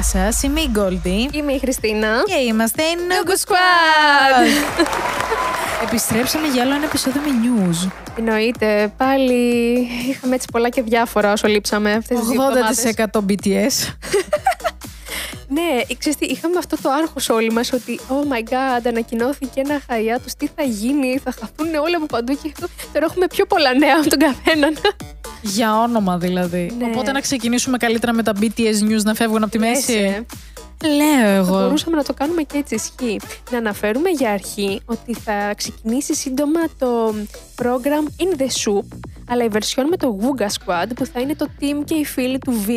σας. Είμαι η Γκόλντι. Είμαι η Χριστίνα. Και είμαστε η Νούγκου Nugget Squad. Επιστρέψαμε για άλλο ένα επεισόδιο με news. Εννοείται, πάλι είχαμε έτσι πολλά και διάφορα όσο λείψαμε αυτές τις εβδομάδες. 80% BTS. Ναι, ε, ξέρεις τι, είχαμε αυτό το άγχος όλοι μας ότι oh my god, ανακοινώθηκε ένα χαϊά τους, τι θα γίνει, θα χαθούν όλα από παντού και τώρα έχουμε πιο πολλά νέα από τον καθέναν. για όνομα δηλαδή. Ναι. Οπότε να ξεκινήσουμε καλύτερα με τα BTS news να φεύγουν από τη μέση. Έτσι. ε. Λέω Θα εγώ. μπορούσαμε να το κάνουμε και έτσι ισχύει. Να αναφέρουμε για αρχή ότι θα ξεκινήσει σύντομα το program In The Soup, αλλά η version με το Wooga Squad που θα είναι το team και οι φίλοι του V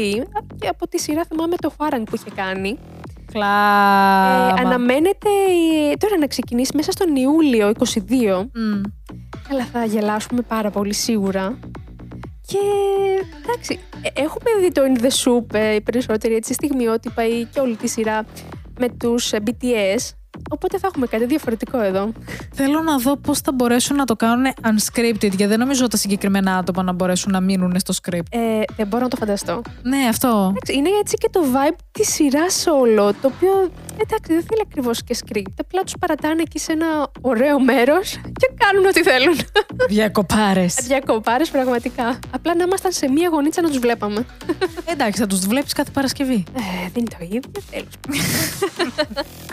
και από τη σειρά θυμάμαι το Hwarang που είχε κάνει. Ε, Κλάμα. αναμένεται ε, τώρα να ξεκινήσει μέσα στον Ιούλιο 22, Μμ. αλλά θα γελάσουμε πάρα πολύ σίγουρα. Και εντάξει, ε, έχουμε δει το In The Soup ε, οι περισσότεροι έτσι στιγμιότυπα ή και όλη τη σειρά με τους ε, BTS. Οπότε θα έχουμε κάτι διαφορετικό εδώ. Θέλω να δω πώς θα μπορέσουν να το κάνουν unscripted, γιατί δεν νομίζω τα συγκεκριμένα άτομα να μπορέσουν να μείνουν στο script. Ε, δεν μπορώ να το φανταστώ. Ναι, αυτό. Εντάξει, είναι έτσι και το vibe της σειράς όλο, το οποίο εντάξει, δεν θέλει ακριβώς και script. Απλά τους παρατάνε εκεί σε ένα ωραίο μέρος και κάνουν ό,τι θέλουν. Διακοπάρες. Διακοπάρες πραγματικά. Απλά να ήμασταν σε μία γωνίτσα να τους βλέπαμε. Εντάξει, θα τους βλέπεις κάθε Παρασκευή. Ε, δεν είναι το ίδιο, τέλος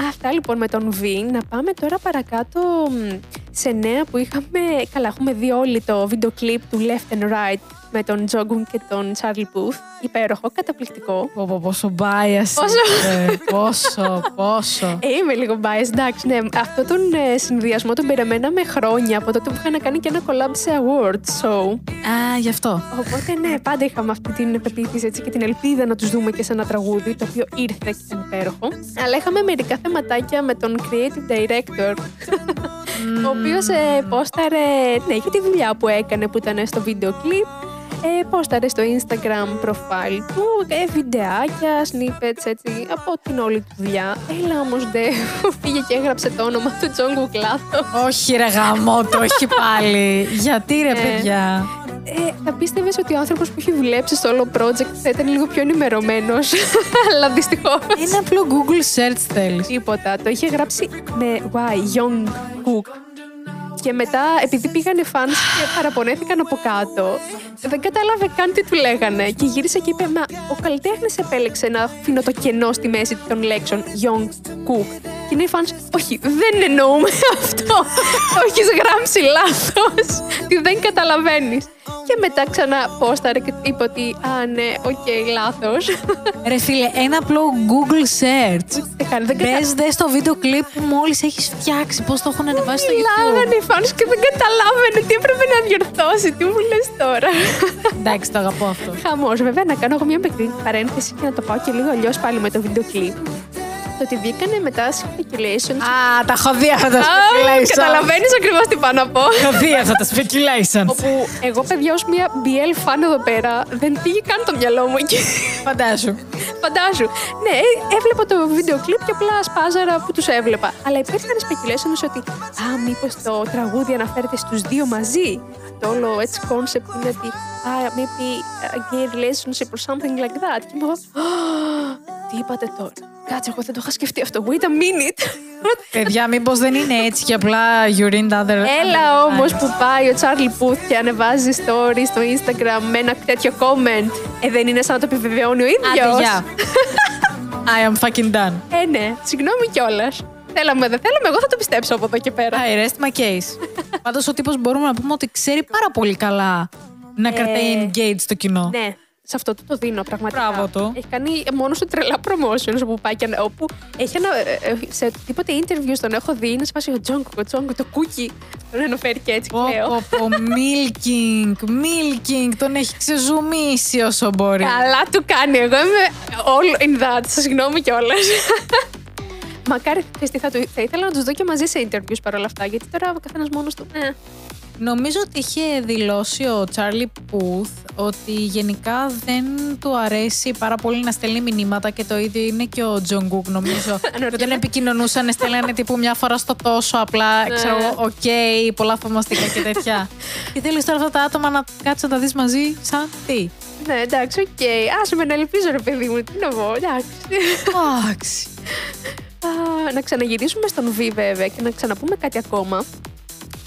Αυτά λοιπόν με τον Β. Να πάμε τώρα παρακάτω μ, σε νέα που είχαμε. Καλά, έχουμε δει όλοι το βίντεο κλιπ του Left and Right με τον Τζόγκουν και τον Charlie Puth. Υπέροχο, καταπληκτικό. Πω, πω, πόσο bias. Πόσο. ε, πόσο, πόσο. Ε, είμαι λίγο biased, εντάξει, ναι. Αυτό τον ε, συνδυασμό τον περιμέναμε χρόνια από τότε που είχαν κάνει και ένα collab σε awards show. Ε, Α, γι' αυτό. Οπότε ναι, πάντα είχαμε αυτή την πεποίθηση έτσι, και την ελπίδα να τους δούμε και σε ένα τραγούδι, το οποίο ήρθε και ήταν υπέροχο. Αλλά είχαμε μερικά θεματάκια με τον creative director, ο οποίος ε, πόσταρε, ναι, για τη δουλειά που έκανε που ήταν στο βίντεο κλιπ, ε, πόσταρε στο Instagram profile του ε, βιντεάκια, snippets έτσι, από την όλη του δουλειά. Έλα όμως ντε, πήγε και έγραψε το όνομα του Τζόγκου Κλάθο. όχι, ρε γαμό, το όχι πάλι. Γιατί, ρε Ε. παιδιά. Ε, θα πίστευες ότι ο άνθρωπος που έχει δουλέψει στο όλο project θα ήταν λίγο πιο ενημερωμένος. Αλλά δυστυχώς. Ένα απλό Google search θέλεις. Τίποτα. Το είχε γράψει με Y, Young Cook. Και μετά, επειδή πήγανε fans και παραπονέθηκαν από κάτω, δεν κατάλαβε καν τι του λέγανε. Και γύρισε και είπε: Μα ο καλλιτέχνης επέλεξε να αφήνω το κενό στη μέση των λέξεων Young Cook. Και είναι οι fans, όχι, δεν εννοούμε αυτό. Το έχεις γράψει λάθος. Τι δεν καταλαβαίνεις. Και μετά ξανά πόσταρε και είπε ότι, Α, ναι, οκ, λάθος. Ρε φίλε, ένα απλό Google search. Δεν κατα- Μπες δες στο βίντεο κλιπ που μόλις έχεις φτιάξει, πώς το έχουν ανεβάσει στο YouTube. Μιλάγανε οι fans και δεν καταλάβαινε τι έπρεπε να διορθώσει. Τι μου λες τώρα. Εντάξει, το αγαπώ αυτό. Χαμός, βέβαια, να κάνω εγώ μια μικρή παρένθεση και να το πάω και λίγο αλλιώς πάλι με το βίντεο κλιπ. Το ότι βγήκανε μετά speculations. Α, τα έχω δει αυτά τα Καταλαβαίνεις ακριβώς τι πάω να πω. Έχω δει αυτά τα speculations. Όπου εγώ, παιδιά, ως μια BL fan εδώ πέρα, δεν πήγε καν το μυαλό μου εκεί. Φαντάσου. Φαντάζου. Ναι, ε, έβλεπα το βίντεο κλιπ και απλά σπάζαρα που τους έβλεπα. Αλλά υπήρχαν speculations ότι Α, μήπως το τραγούδι αναφέρεται στους δύο μαζί. Το όλο έτσι concept είναι ότι Α, maybe a gay relationship or something like that. Και είμαι εγώ. «Α, Τι είπατε τώρα. Κάτσε, εγώ δεν το είχα σκεφτεί αυτό. Wait a minute. Παιδιά, μήπως δεν είναι έτσι και απλά you read the other... Έλα όμως που πάει ο Τσάρλι Πούθ και ανεβάζει story στο Instagram με ένα τέτοιο comment. Ε, δεν είναι σαν να το επιβεβαιώνει ο ίδιο. Άντε, γεια. I am fucking done. Ε, ναι, συγγνώμη κιόλας. Θέλαμε, δεν θέλαμε, εγώ θα το πιστέψω από εδώ και πέρα. I rest my case. Πάντως ο τύπος μπορούμε να πούμε ότι ξέρει πάρα πολύ καλά να κρατάει engaged το κοινό. Ε, Ναι, σε αυτό το, το δίνω πραγματικά. Μπράβο του. Έχει κάνει μόνο του τρελά promotions όπου πάει και ανα- όπου έχει ανα, ε, ε, σε οτιδήποτε interview τον έχω δει, είναι σε φάση ο Τζόγκο, ο Τζόγκο, το κούκι. Τον αναφέρει και έτσι, Πω, λέω. πω, πω, milking, milking, τον έχει ξεζουμίσει όσο μπορεί. Καλά του κάνει. Εγώ είμαι all in that. Σας συγγνώμη κιόλας. Μακάρι ξέρεις τι θα, του, θα ήθελα να τους δω και μαζί σε interviews παρόλα αυτά. Γιατί τώρα ο καθένας μόνος του. Ε, Νομίζω ότι είχε δηλώσει ο Τσάρλι Πούθ ότι γενικά δεν του αρέσει πάρα πολύ να στέλνει μηνύματα και το ίδιο είναι και ο Τζονγκούκ νομίζω. Όταν επικοινωνούσαν, στέλνανε τύπου μια φορά στο τόσο απλά, Ναι. ξέρω εγώ, οκ, πολλά φαμαστικά και τέτοια. και θέλει τώρα αυτά τα άτομα να κάτσουν να τα δεις μαζί σαν τι. Ναι, εντάξει, οκ. Άσε με να ελπίζω, ρε παιδί μου. Τι να πω, εντάξει. Εντάξει. Α, να ξαναγυρίσουμε στον Β βέβαια και να ξαναπούμε κάτι ακόμα.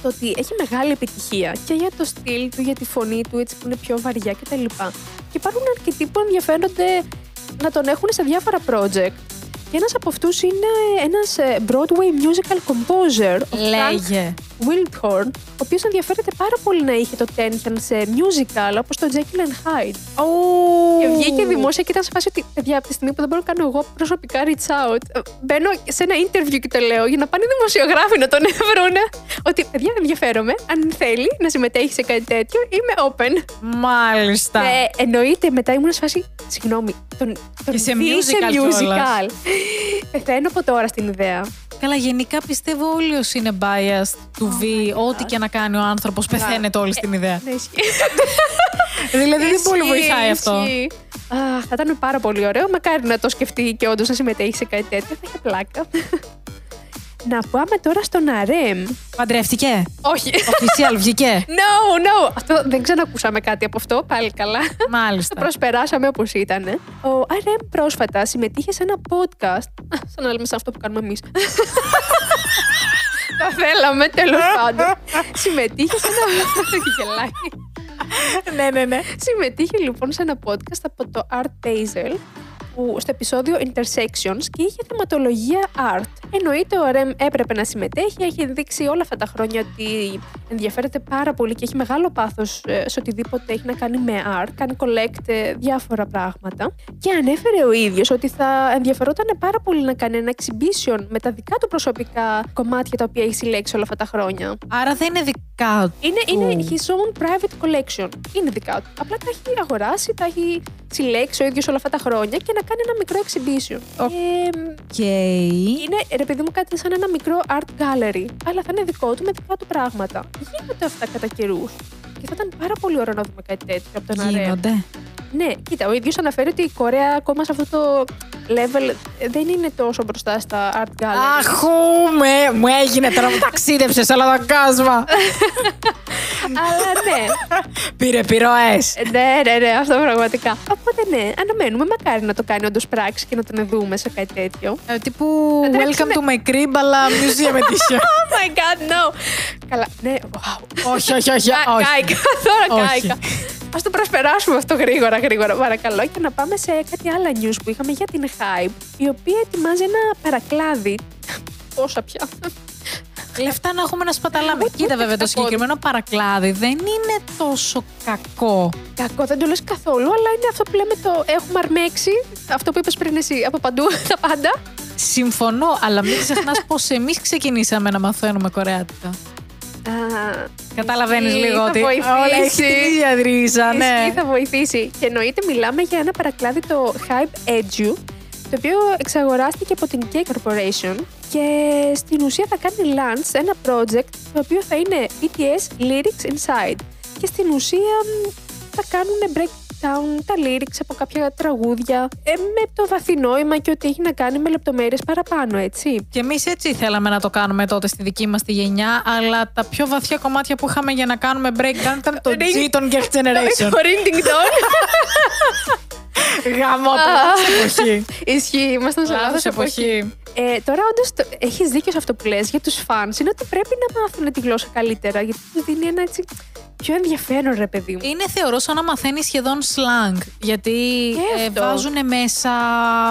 Το ότι έχει μεγάλη επιτυχία και για το στυλ του, για τη φωνή του, έτσι που είναι πιο βαριά κτλ. Και υπάρχουν αρκετοί που ενδιαφέρονται να τον έχουν σε διάφορα project. Και ένας από αυτούς είναι ένας ε, Broadway musical composer, ο Frank Λέγε. Wildhorn, ο οποίος ενδιαφέρεται πάρα πολύ να είχε το tension σε musical, όπως το Jekyll and Hyde. Και βγήκε δημόσια και ήταν σε φάση ότι παιδιά, από τη στιγμή που δεν μπορώ να κάνω εγώ προσωπικά reach out, ε, μπαίνω σε ένα interview και το λέω για να πάνε οι δημοσιογράφοι να τον βρουν. Ότι παιδιά, ενδιαφέρομαι. Αν θέλει να συμμετέχει σε κάτι τέτοιο, είμαι open. Μάλιστα. Ε, εννοείται, μετά ήμουν σε φάση. Συγγνώμη, τον, τον Και σε δει musical κιόλας. Πεθαίνω Ε, από τώρα στην ιδέα. Καλά, γενικά πιστεύω όλοι όσοι είναι biased Oh του V, ό,τι και να κάνει ο άνθρωπος, πεθαίνεται όλοι στην ιδέα. Ναι, ισχύει. δηλαδή δεν πολύ Ισχύει, βοηθάει αυτό. ισχύει. Α, θα ήταν πάρα πολύ ωραίο. Μακάρι να το σκεφτεί και όντως να συμμετέχει σε κάτι τέτοιο. Θα είχε πλάκα. να πάμε τώρα στον Αρέμ. Παντρεύτηκε. Όχι. Official βγήκε. No, no! Αυτό δεν ξανακούσαμε κάτι από αυτό. Πάλι καλά. Το Μάλιστα. προσπεράσαμε όπως ήταν. Ο RM πρόσφατα συμμετείχε σε ένα podcast. Α, Σαν να λέμε σαν αυτό που κάνουμε εμείς. Τα θέλαμε τέλος πάντων. συμμετείχε σε ένα. Γελάει. ναι, ναι, ναι. Συμμετείχε λοιπόν σε ένα podcast από το Art Basel που στο επεισόδιο Intersections και είχε θεματολογία art. Εννοείται ο Ρεμ έπρεπε να συμμετέχει, έχει δείξει όλα αυτά τα χρόνια ότι ενδιαφέρεται πάρα πολύ και έχει μεγάλο πάθος ε, σε οτιδήποτε έχει να κάνει με art, κάνει collect ε, διάφορα πράγματα. Και ανέφερε ο ίδιος ότι θα ενδιαφερόταν πάρα πολύ να κάνει ένα exhibition με τα δικά του προσωπικά κομμάτια τα οποία έχει συλλέξει όλα αυτά τα χρόνια. Άρα δεν είναι δικά του. Είναι, είναι his own private collection. Είναι δικά του. Απλά τα έχει αγοράσει, τα έχει συλλέξει ο ίδιος όλα αυτά τα χρόνια και να κάνει ένα μικρό exhibition. Ε, Okay. είναι, ρε παιδί μου, κάτι σαν ένα μικρό art gallery. Αλλά θα είναι δικό του με δικά του πράγματα. Γίνονται αυτά κατά καιρούς. Και θα ήταν πάρα πολύ ωραίο να δούμε κάτι τέτοιο από τον Αρέα. Γίνονται. Ναι, κοίτα, ο ίδιος αναφέρει ότι η Κορέα ακόμα σε αυτό το level δεν είναι τόσο μπροστά στα art gallery. Αχούμε! Μου έγινε τώρα που ταξίδεψες αλλά το κάσμα. Αλλά ναι, Πήρε πυροέ. Ναι, ναι, ναι, αυτό πραγματικά. Οπότε ναι, αναμένουμε. Μακάρι να το κάνει όντως πράξη και να τον δούμε σε κάτι τέτοιο. Ε, Τύπου τρέξουνε. welcome to my crib, αλλά museum edition. Oh my god, no! Καλά, ναι, wow. όχι, όχι, όχι. Κα- όχι. Κάηκα, τώρα Όχι. κάηκα. Ας το προσπεράσουμε αυτό γρήγορα, γρήγορα, παρακαλώ. Και να πάμε σε κάτι άλλα news που είχαμε για την Hype, η οποία ετοιμάζει ένα παρακλάδι. Πόσα πια. Λεφτά να έχουμε να σπαταλάμε. Ε, Ούτε- Κοίτα, ούτε βέβαια, το κακό. συγκεκριμένο παρακλάδι δεν είναι τόσο κακό. Κακό, δεν το λες καθόλου, αλλά είναι αυτό που λέμε το έχουμε αρμέξει. Αυτό που είπες πριν εσύ, από παντού, τα πάντα. Συμφωνώ, αλλά μην ξεχνάς πως εμείς ξεκινήσαμε να μαθαίνουμε Κορεάτικα. Α, Καταλαβαίνεις ισχύει, λίγο θα ότι. βοηθήσει. Όλα έχει την ίδια ρίζα, Ισχύει, ναι. θα βοηθήσει. Και εννοείται μιλάμε για ένα παρακλάδι το Hype Edu, το οποίο εξαγοράστηκε από την Cake Corporation και στην ουσία θα κάνει launch σε ένα project το οποίο θα είναι BTS Lyrics Inside. Και στην ουσία μ, θα κάνουν breakdown τα lyrics από κάποια τραγούδια ε, με το βαθύ νόημα και ότι έχει να κάνει με λεπτομέρειες παραπάνω, έτσι. Και εμείς έτσι θέλαμε να το κάνουμε τότε στη δική μας τη γενιά, αλλά τα πιο βαθιά κομμάτια που είχαμε για να κάνουμε breakdown ήταν το Ναι. G των Girl Generation. Το Ring Ding Dong. Γαμό, λάθος εποχή. Ισχύει, ήμασταν σε Λάθος λάθος εποχή. εποχή. Ε, τώρα, όντως, έχεις δίκιο σε αυτό που λες για τους φαν. Είναι ότι πρέπει να μάθουν τη γλώσσα καλύτερα, γιατί του δίνει ένα έτσι πιο ενδιαφέρον, ρε παιδί μου. Είναι θεωρώ σαν να μαθαίνεις σχεδόν slang. Γιατί Και ε, αυτό. βάζουν μέσα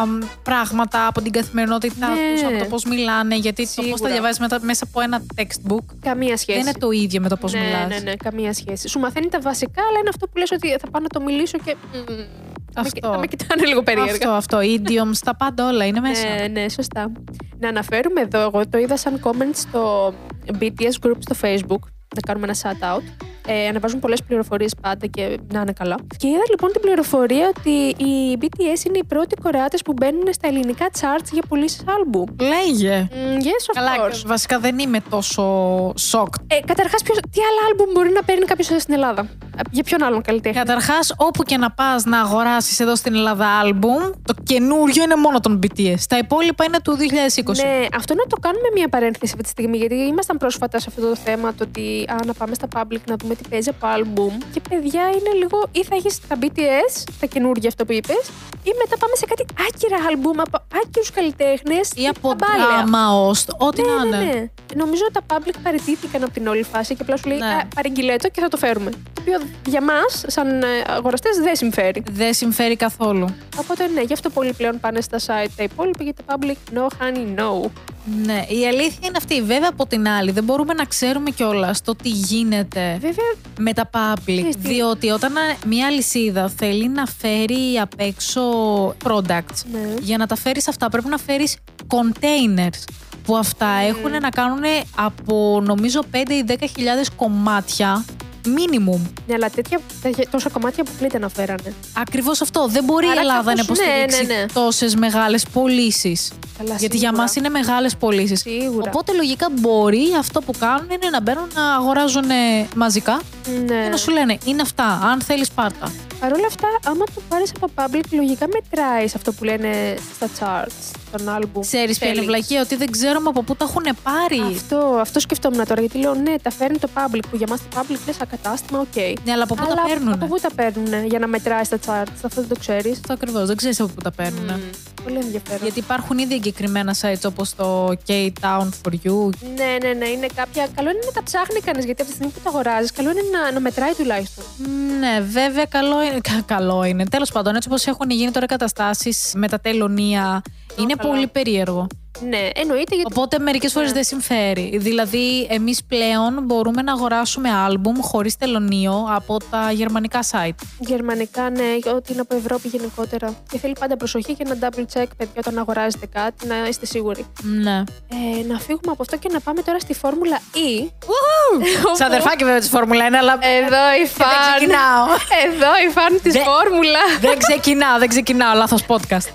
μ, πράγματα από την καθημερινότητά Ναι. τους, από το πώς μιλάνε. Γιατί το πώς Σίγουρα. τα διαβάζεις μετά, μέσα από ένα textbook Καμία σχέση. δεν είναι το ίδιο με το πώς ναι, μιλάς. ναι, ναι, καμία σχέση. Σου μαθαίνει τα βασικά, αλλά είναι αυτό που λες ότι θα πάω να το μιλήσω και. μμμ, θα με Αυτό. κοι- Θα με κοιτάνε λίγο περίεργα. Αυτό, αυτό. Idioms, τα πάντα όλα είναι μέσα. Ναι, ναι, σωστά. Να αναφέρουμε εδώ, εγώ το είδα σαν comment στο BTS group στο facebook, να κάνουμε ένα shout out, ε, ανεβάζουν πολλές πληροφορίες πάντα και να είναι καλά. Και είδα λοιπόν την πληροφορία ότι οι BTS είναι οι πρώτοι Κορεάτες που μπαίνουν στα ελληνικά charts για πωλήσεις άλμπου. Λέγε. Mm, yes, of Καλά, course. βασικά δεν είμαι τόσο σοκ. Ε, Καταρχάς, τι άλλα άλμπουμ μπορεί να παίρνει κάποιος στην Ελλάδα. Ε, Για ποιον άλλον καλλιτέχνη. Καταρχάς, όπου και να πας να αγοράσεις εδώ στην Ελλάδα άλμπουμ, το καινούριο είναι μόνο των BTS. Τα υπόλοιπα είναι του 2020. Ναι, αυτό να το κάνουμε μια παρένθεση αυτή τη στιγμή, γιατί ήμασταν πρόσφατα σε αυτό το θέμα το ότι α, να πάμε στα public να δούμε τι παίζει από album. Και παιδιά είναι λίγο ή θα έχεις τα BTS, τα καινούργια αυτό που είπες, ή μετά πάμε σε κάτι άκυρα album από άκυρους καλλιτέχνες. Ή από δράμα, ώστ, ό,τι να είναι. Ναι, ναι, ναι. Νομίζω τα public παραιτήθηκαν από την όλη φάση και απλά σου λέει Ναι. ναι. παραγγειλέτο και θα το φέρουμε. Το οποίο για μας, σαν αγοραστές, δεν συμφέρει. Δεν συμφέρει καθόλου. Οπότε ναι, γι' αυτό πολλοί πλέον πάνε στα site τα υπόλοιπα γιατί τα public no honey no. Ναι, η αλήθεια είναι αυτή. Βέβαια, από την άλλη, δεν μπορούμε να ξέρουμε κιόλας το τι γίνεται Βέβαια, με τα public. Ξέρεις τι- Διότι όταν α, μια αλυσίδα θέλει να φέρει απ' έξω products, ναι. για να τα φέρεις αυτά πρέπει να φέρεις containers που αυτά Ναι. έχουν να κάνουν από νομίζω 5 ή 10 χιλιάδες κομμάτια minimum. Ναι, αλλά τέτοια, τέτοια- τόσα κομμάτια αποκλείται να φέρανε. Ακριβώς αυτό. Δεν μπορεί η Άρα Ελλάδα να κάπως- ναι, υποστηρίξει ναι, ναι. τόσες μεγάλες πωλήσεις. Καλά, Γιατί για σίγουρα. μας είναι μεγάλες πωλήσεις. Σίγουρα. Οπότε λογικά μπορεί αυτό που κάνουν είναι να μπαίνουν να αγοράζουν ε, μαζικά και ναι. να σου λένε είναι αυτά, αν θέλεις πάρτα. Παρ' όλα αυτά, άμα το πάρεις από public, λογικά μετράει σε αυτό που λένε στα charts, τον album. Ξέρεις ποια είναι η Θέλεις. βλακεία, ότι δεν ξέρουμε από πού τα έχουν πάρει. Αυτό, αυτό σκεφτόμουν τώρα. Γιατί λέω, ναι, τα φέρνει το public που για μας το public λες ακατάστημα, οκ. Ναι, αλλά από πού τα Αλλά παίρνουν. Από πού τα παίρνουν για να μετράει τα charts, αυτό δεν το ξέρεις. Αυτό ακριβώς. Δεν ξέρεις από πού τα παίρνουν. Πολύ ενδιαφέρον. Γιατί υπάρχουν ήδη εγκεκριμένα sites όπως το K-Town for You. Ναι, ναι, ναι, είναι κάποια. Καλό είναι να τα ψάχνει κανείς, γιατί από τη στιγμή που τα αγοράζεις, καλό είναι να, να μετράει τουλάχιστον. Ναι, βέβαια, καλό είναι. κα- καλό είναι. Τέλος πάντων, έτσι όπως έχουν γίνει τώρα καταστάσεις με τα τελωνία, είναι καλά. πολύ περίεργο. Ναι, εννοείται γιατί. Οπότε μερικές φορές Ναι. δεν συμφέρει. Δηλαδή, εμείς πλέον μπορούμε να αγοράσουμε album χωρίς τελωνίο από τα γερμανικά site. Γερμανικά, ναι, ό,τι είναι από Ευρώπη γενικότερα. Και θέλει πάντα προσοχή και ένα double check, παιδιά, όταν αγοράζετε κάτι, να είστε σίγουροι. Ναι. Ε, να φύγουμε από αυτό και να πάμε τώρα στη Φόρμουλα E. Σαν αδερφάκι, βέβαια, της Φόρμουλα 1, Ε, αλλά Εδώ η δεν φαν. ξεκινάω. Εδώ η φαν της Δεν- Φόρμουλα. δεν ξεκινάω, δεν ξεκινάω. Λάθος podcast.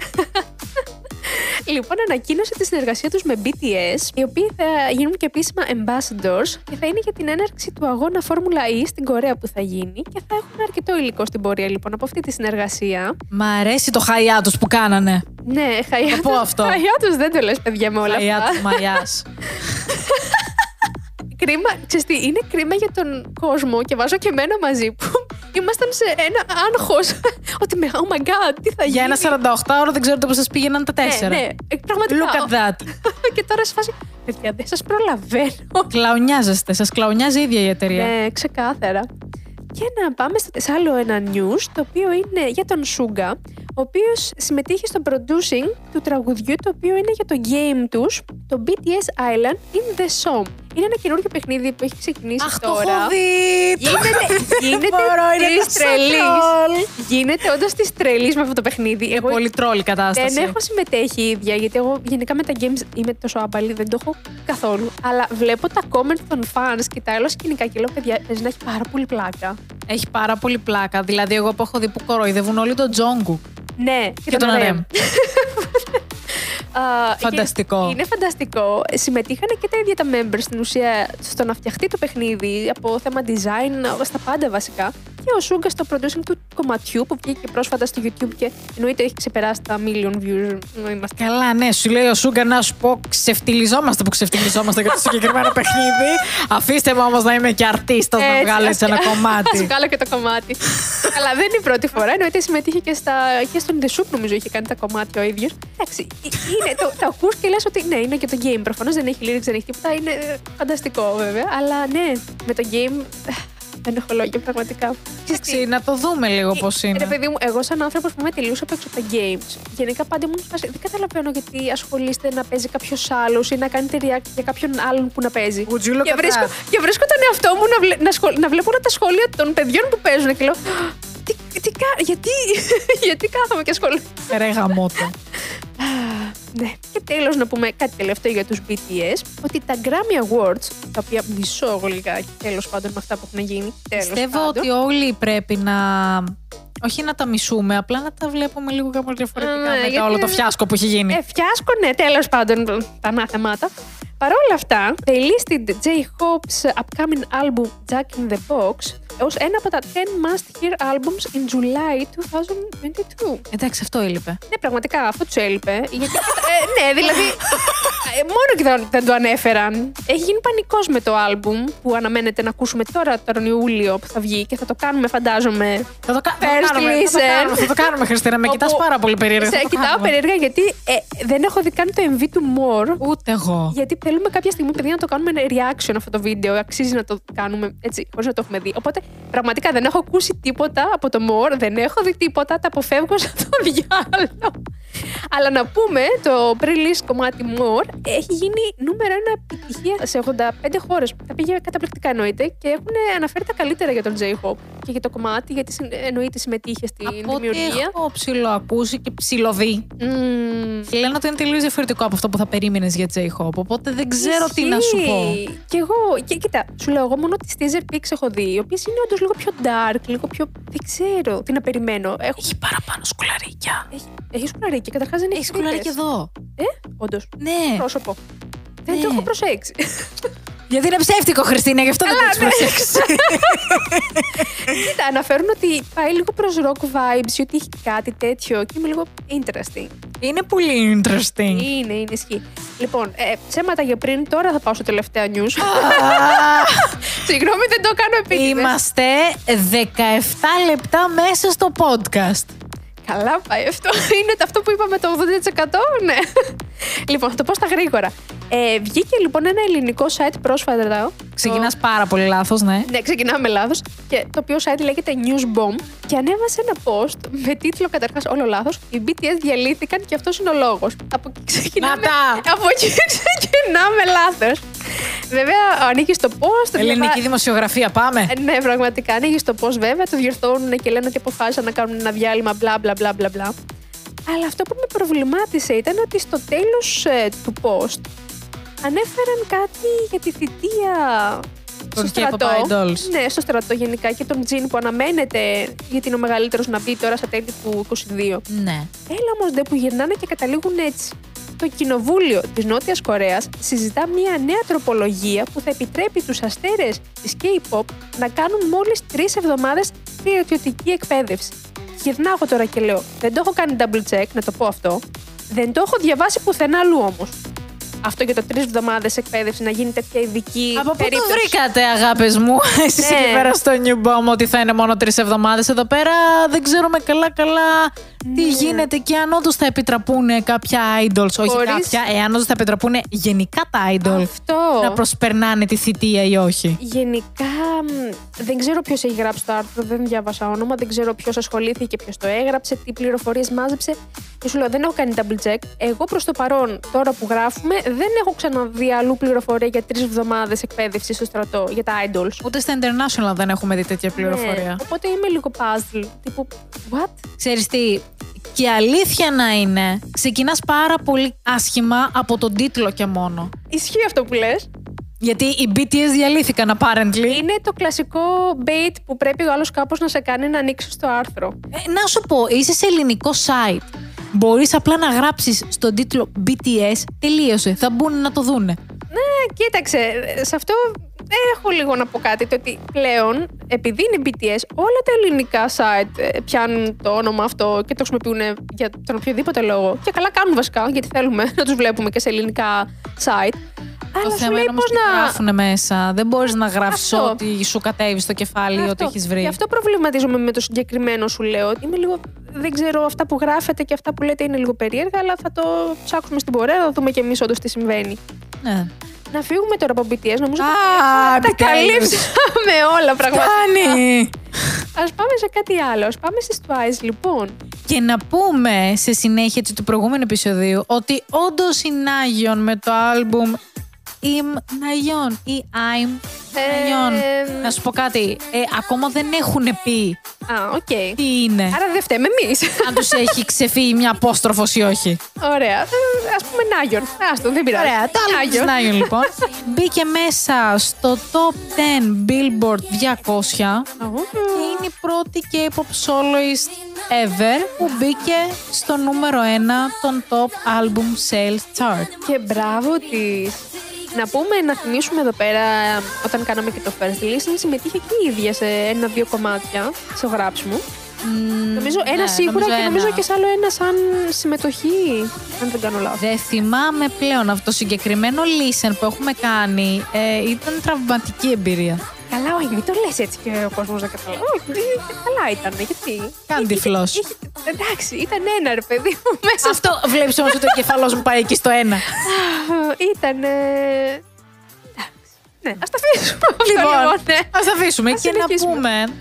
Λοιπόν, ανακοίνωσε τη συνεργασία τους με BTS, οι οποίοι θα γίνουν και επίσημα ambassadors και θα είναι για την έναρξη του αγώνα Φόρμουλα E στην Κορέα που θα γίνει και θα έχουν αρκετό υλικό στην πορεία λοιπόν από αυτή τη συνεργασία. Μ' αρέσει το χαϊά τους που κάνανε. Ναι, χαϊά πω αυτό. τους δεν το λες παιδιά με όλα Χαϊά αυτά. τους μαλλιάς. Κρίμα, ξέρεις τι, είναι κρίμα για τον κόσμο και βάζω και εμένα μαζί που ήμασταν σε ένα άγχος ότι με, oh my god, τι θα γίνει. Για ένα 48ωρο δεν ξέρω πώς σας πήγαιναν τα 4. Ναι, ναι, ε, πραγματικά. Look at that. και τώρα σε φάση, παιδιά, δεν σας προλαβαίνω. Κλαουνιάζεστε, σας κλαουνιάζει η ίδια η εταιρεία. Ναι, ξεκάθαρα. Και να πάμε στο- σε άλλο ένα news, το οποίο είναι για τον Σούγκα, ο οποίος συμμετείχε στο producing του τραγουδιού, το οποίο είναι για το game τους, το BTS Island in the Song. Είναι ένα καινούργιο παιχνίδι που έχει ξεκινήσει Αχ, το τώρα. έχω δει! το- Γίνεται, γίνεται Μπορώ, είναι της τόσο τρελής. troll. Γίνεται όντως τη τρελής με αυτό το παιχνίδι. Εγώ Ε, Πολύ τρόλ η κατάσταση. δεν έχω συμμετέχει η ίδια, γιατί εγώ γενικά με τα games είμαι τόσο άμπαλη, δεν το έχω καθόλου. Αλλά βλέπω τα comment των fans και τα άλλα σκηνικά και λέω, παιδιά, παίζει να έχει πάρα πολύ πλάκα. Έχει πάρα πολύ πλάκα. Δηλαδή, εγώ που έχω δει που κοροϊδεύουν όλοι τον Τζόγκου Ναι, και τον Αρέμ. Α, Φανταστικό. και- Είναι φανταστικό. Συμμετείχαν και τα ίδια τα members στην ουσία στο να φτιαχτεί το παιχνίδι από θέμα design, στα πάντα βασικά. Και ο Σούγκας στο producing του κομματιού που βγήκε πρόσφατα στο YouTube και εννοείται έχει ξεπεράσει τα million views. Ενώ Είμαστε. Καλά, ναι, σου λέει ο Σούγκα να σου πω ξεφτυλιζόμαστε που ξεφτυλιζόμαστε για το συγκεκριμένο παιχνίδι. Αφήστε με όμως να είμαι και αρτίστα να Έτσι, βγάλω ας- έτσι ένα Ας κομμάτι. βγάλω και το κομμάτι. Αλλά δεν είναι η πρώτη φορά. Εννοείται συμμετείχε και, στα, και στον The Soup, νομίζω, είχε κάνει τα κομμάτια ο ίδιος. Εντάξει, ε- είναι, το, το ακού και λες ότι ναι, είναι και το game. Προφανώς δεν έχει lyrics, δεν έχει τίποτα. Είναι ε, φανταστικό βέβαια. Αλλά ναι, με το game. ε, Δεν έχω λόγια πραγματικά. Εντάξει, να το δούμε λίγο πώ Ε, Ρε είναι. παιδί μου, εγώ σαν άνθρωπος που με τελείωσε από έξω από τα games, γενικά πάντα ήμουν σε φάση, Δεν καταλαβαίνω γιατί ασχολείστε να παίζει κάποιος άλλος ή να κάνετε react για κάποιον άλλον που να παίζει. Would you look Και at βρίσκω, that? και βρίσκω τον εαυτό μου να, βλέ, να, σχολ- να βλέπω όλα τα σχόλια των παιδιών που παίζουν και λέω. Τι, τι, κα- γιατί, γιατί κάθομαι και ασχολούμαι. Ρε γαμότο. Ναι. Και τέλος να πούμε κάτι τελευταίο για τους BTS. Ότι τα Grammy Awards, τα οποία μισώ εγώ λιγάκι τέλος πάντων με αυτά που έχουν γίνει. Τέλος Πιστεύω πάντων. ότι όλοι πρέπει να. Όχι να τα μισούμε, απλά να τα βλέπουμε λίγο κάπω διαφορετικά Ναι, μετά γιατί- όλο το φιάσκο που έχει γίνει. Ε, φιάσκο, ναι, τέλος πάντων, τα ανάθεμάτα. Παρ' όλα αυτά, they listed J. Hope's upcoming album Jack in the Box ως ένα από τα 10 must-hear albums in July 2022. Εντάξει, αυτό έλειπε. Ναι, πραγματικά, αυτό τους έλειπε. Γιατί, ε, ναι, δηλαδή. ε, μόνο και δεν, δεν το ανέφεραν. Έχει γίνει πανικός με το album που αναμένεται να ακούσουμε τώρα τον Ιούλιο που θα βγει και θα το κάνουμε, φαντάζομαι. Θα το, κα- θα το First κάνουμε, θα το listen. κάνουμε, θα το κάνουμε, Χριστίνα. Με Όπου- κοιτάς πάρα πολύ περίεργα. θα Σε το κοιτάω κάνουμε. περίεργα γιατί ε, δεν έχω δει καν το MV του More. Ούτε εγώ. Γιατί θέλουμε κάποια στιγμή, παιδιά, να το κάνουμε ένα reaction αυτό το βίντεο. Αξίζει να το κάνουμε έτσι, χωρίς να το έχουμε δει. Οπότε, πραγματικά δεν έχω ακούσει τίποτα από το More, δεν έχω δει τίποτα, τα αποφεύγω σαν το διάλογο. Αλλά να πούμε, το pre-list κομμάτι More έχει γίνει νούμερο ένα επιτυχία σε 85 χώρες. Τα πήγε καταπληκτικά εννοείται και έχουν αναφέρει τα καλύτερα για τον J-Hop και για το κομμάτι, γιατί συν- εννοείται συμμετείχε στην Από ό,τι δημιουργία. έχω ψηλοακούσει και ψηλοδεί. Μμμ. Και Λένε ότι είναι τελείως διαφορετικό από αυτό που θα περίμενες για J-Hop. Οπότε δεν ξέρω τι να σου πω. Ισχύει. Κι εγώ, και, κοίτα, σου λέω εγώ μόνο τις teaser pics έχω δει, οι οποίες είναι όντως λίγο πιο dark, λίγο πιο. Δεν ξέρω τι να περιμένω. Έχω... Έχει παραπάνω σκουλαρίκια. Έχει, έχει σκουλαρίκια, καταρχάς δεν έχει. Έχει σκουλαρίκια εδώ. Όντως. Ναι. Πρόσωπο. Δεν Ναι. το έχω προσέξει. Γιατί είναι ψεύτικο, Χριστίνα, γι' αυτό δεν το έχεις ναι. προσέξει. Κοίτα, αναφέρουν ότι πάει λίγο προς rock vibes ή ότι έχει κάτι τέτοιο και είμαι λίγο interesting. Είναι πολύ interesting. Είναι, είναι ισχύ. Λοιπόν, ε, ψέματα για πριν, τώρα θα πάω στο τελευταίο news. Συγγνώμη, δεν το κάνω επίτηδες. Είμαστε 17 λεπτά μέσα στο podcast. Καλά πάει αυτό. Είναι το αυτό που είπαμε το 80%. Ναι. Λοιπόν, θα το πω στα γρήγορα. Ε, βγήκε λοιπόν ένα ελληνικό site πρόσφατα. Ξεκινάς πάρα πολύ λάθος, ναι. Το- Ναι, ξεκινάμε λάθος. Και το οποίο site λέγεται News Bomb. Και ανέβασε ένα post με τίτλο καταρχάς όλο λάθος. Οι BTS διαλύθηκαν και αυτός είναι ο λόγος. Από εκεί ξεκινάμε. Να τα! Από εκεί ξεκινάμε λάθος. Βέβαια, ανοίγεις το post. Ελληνική διαβά- δημοσιογραφία, πάμε. ε, Ναι, πραγματικά. Ανοίγεις το πώ βέβαια, το διορθώνουν και λένε ότι αποφάσισαν να κάνουν ένα διάλειμμα μπλα μπλα μπλα μπλα μπλα. Αλλά αυτό που με προβλημάτισε ήταν ότι στο τέλος του post ανέφεραν κάτι για τη θητεία στο Των στρατό. K-pop idols. Ναι, στο στρατό γενικά και τον Τζιν που αναμένεται γιατί είναι ο μεγαλύτερος να μπει τώρα στα τέλη του 22. Ναι. Έλα όμως ντε που γυρνάνε και καταλήγουν έτσι. Το Κοινοβούλιο της Νότιας Κορέας συζητά μια νέα τροπολογία που θα επιτρέπει τους αστέρες της K-pop να κάνουν μόλις τρεις εβδομάδες στρατιωτική εκπαίδευση. Γυρνάω τώρα και λέω: Δεν το έχω κάνει double check, να το πω αυτό. Δεν το έχω διαβάσει πουθενά αλλού όμως. Αυτό για το τρεις εβδομάδες εκπαίδευση να γίνεται πια ειδική Από πού το περίπτωση. βρήκατε, αγάπε μου, εσεί Ναι. εκεί πέρα στο New Bomb, ότι θα είναι μόνο τρεις εβδομάδες. Εδώ πέρα δεν ξέρουμε καλά-καλά Ναι. τι γίνεται και αν όντως θα επιτραπούν κάποια idols. Όχι Χωρίς- κάποια, εάν όντως θα επιτραπούν γενικά τα idols Αυτό. να προσπερνάνε τη θητεία ή όχι. Γενικά, μ, δεν ξέρω ποιος έχει γράψει το άρθρο, δεν διάβασα όνομα, δεν ξέρω ποιος ασχολήθηκε, ποιος το έγραψε, τι πληροφορίες μάζεψε. Και σου λέω, δεν έχω κάνει double check. Εγώ προς το παρόν, τώρα που γράφουμε, δεν έχω ξαναδεί αλλού πληροφορία για τρεις εβδομάδες εκπαίδευσης στο στρατό για τα idols. Ούτε στα international δεν έχουμε δει τέτοια πληροφορία. Ναι, οπότε είμαι λίγο puzzle. Τύπου, what? Ξέρεις τι, και αλήθεια να είναι, ξεκινάς πάρα πολύ άσχημα από τον τίτλο και μόνο. Ισχύει αυτό που λες. Γιατί οι BTS διαλύθηκαν apparently. Είναι το κλασικό bait που πρέπει ο άλλος κάπως να σε κάνει να ανοίξεις το άρθρο. Ε, να σου πω, είσαι σε ελληνικό site. Μπορείς απλά να γράψεις στον τίτλο BTS, τελείωσε, θα μπουν να το δούνε. Ναι, κοίταξε, σε αυτό έχω λίγο να πω κάτι, το ότι πλέον, επειδή είναι BTS, όλα τα ελληνικά site ε, πιάνουν το όνομα αυτό και το χρησιμοποιούν για τον οποιοδήποτε λόγο. Και καλά κάνουν βασικά, γιατί θέλουμε να τους βλέπουμε και σε ελληνικά site. το Αλλά σου θέμα λέει είναι όμως πώς τι να... γράφουν μέσα. Δεν μπορείς να γράψεις Αυτό. ό,τι σου κατέβει στο κεφάλι, ό,τι Αυτό. έχεις βρει. Γι' αυτό προβληματίζομαι με το συγκεκριμένο σου λέω. ότι Είμαι λίγο. Δεν ξέρω αυτά που γράφετε και αυτά που λέτε είναι λίγο περίεργα, αλλά θα το ψάξουμε στην πορεία, θα δούμε κι εμείς όντως τι συμβαίνει. Ναι. Να φύγουμε τώρα από BTS, νομίζω. Α, τα επιτέλους. καλύψαμε όλα πραγματικά. Κάνει! Ας πάμε σε κάτι άλλο. Ας πάμε στι Twice, λοιπόν. Και να πούμε σε συνέχεια έτσι του προηγούμενου επεισοδίου ότι όντως η Νάγιον με το άλμπουμ Im Nayeon ή I'm Παναγιών, Ε, να σου πω κάτι. Ε, ακόμα δεν έχουν πει Α, οκ. τι είναι. Άρα δεν φταίμε εμείς. αν τους έχει ξεφύγει μια απόστροφος ή όχι. Ωραία. Ας πούμε Νάγιον. Άστο, δεν πειράζει. Ωραία, το άλλο της Νάγιον λοιπόν. Μπήκε μέσα στο top 10 Billboard 200 και είναι η πρώτη K-pop soloist ever που μπήκε στο νούμερο 1 των top album sales chart. Και μπράβο της. Να πούμε, να θυμίσουμε εδώ πέρα, όταν κάναμε και το first listen, συμμετείχε και η ίδια σε ένα-δύο κομμάτια στο γράψιμο. νομίζω ένα ναι, σίγουρα νομίζω και νομίζω ένα. και σε άλλο ένα σαν συμμετοχή. Αν δεν κάνω λάθος. Δεν θυμάμαι πλέον αυτό το συγκεκριμένο listen που έχουμε κάνει ε, ήταν τραυματική εμπειρία. Καλά, όχι, μην το λες έτσι και ο κόσμος να καταλάβει. Όχι, ε, καλά ήταν, γιατί. Κάνει τυφλός. Είχε- Εντάξει, ήταν ένα ρε παιδί μου μέσα. Αυτό βλέπεις όμως ότι ο κεφαλός μου πάει εκεί στο ένα. Ήταν. Εντάξει. Ναι, ας τα αφήσουμε. αυτό, Λοιπόν, ναι. ας αφήσουμε Ας και να συνεχίσουμε.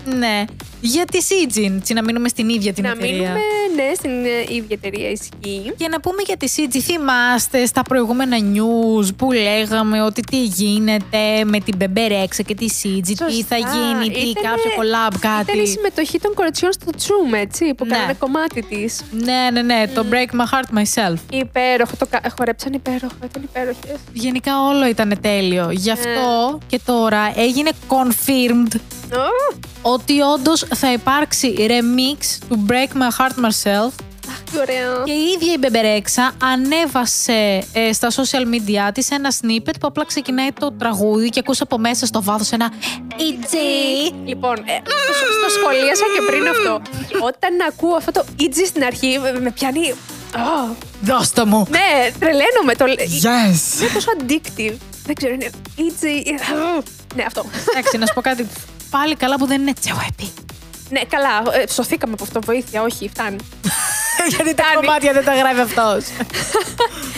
πούμε ναι, για τη Σίτζιν, τσι να μείνουμε στην ίδια την Να εταιρεία. μείνουμε, ναι, στην ε, ίδια εταιρεία ισχύει. Και να πούμε για τη Σίτζι, θυμάστε στα προηγούμενα news που λέγαμε ότι τι γίνεται με την Μπεμπερέξα και τη Σίτζι, τι θα Σωστά. γίνει, τι, Ήτανε- κάποιο collab, κάτι. Ήταν η συμμετοχή των κοριτσιών στο Zoom, έτσι, που Ναι. κάνανε κομμάτι της. Ναι, ναι, ναι, το Break My Heart Myself. Υπέροχο, το κα- χορέψαν υπέροχο, ήταν υπέροχες. Γενικά όλο ήταν τέλειο. Ε. Γι' αυτό και τώρα έγινε confirmed ότι όντως θα υπάρξει remix του Break My Heart Myself Αχ, τι ωραία. Και η ίδια η Μπεμπερέξα ανέβασε ε, στα social media της ένα snippet που απλά ξεκινάει το τραγούδι και ακούσα από μέσα στο βάθος ένα «Ιτζι». Λοιπόν, ε, το- το σχολίασα και πριν αυτό. Όταν ακούω αυτό το ίτζι στην αρχή, με- με πιάνει. Ω, Δώστε μου. ναι, τρελαίνομαι. Το... Είναι Yes. τόσο addictive. Δεν ξέρω, είναι ίτζι. Ναι, αυτό. Εντάξει, να σου πω κάτι. Πάλι καλά που δεν είναι τσεουέπι. Ναι, καλά, ε, σωθήκαμε από αυτό. Βοήθεια, όχι, φτάνει. Γιατί τα κομμάτια δεν τα γράφει αυτός.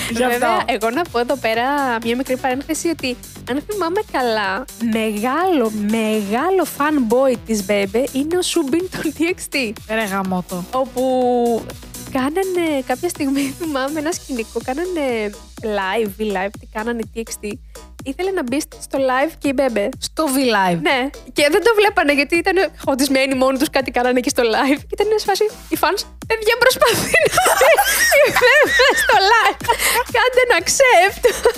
Γι' Βέβαια, αυτό. εγώ να πω εδώ πέρα μια μικρή παρένθεση ότι αν θυμάμαι καλά, μεγάλο, μεγάλο fanboy της Μπέμπε είναι ο Σουμπίν των DXT. ε, Ρε γαμώτο. Όπου κάνανε κάποια στιγμή, θυμάμαι ένα σκηνικό, κάνανε live, V-Live, τι κάνανε TXT. Ήθελε να μπει στο live και η Μπέμπε. Στο V-Live. Ναι, και δεν το βλέπανε γιατί ήταν χοντισμένοι μόνοι τους, κάτι κάνανε και στο live. Και ήταν σε φάση οι fans, παιδιά προσπαθεί να μπει η Μπέμπε στο live. Κάντε ένα accept.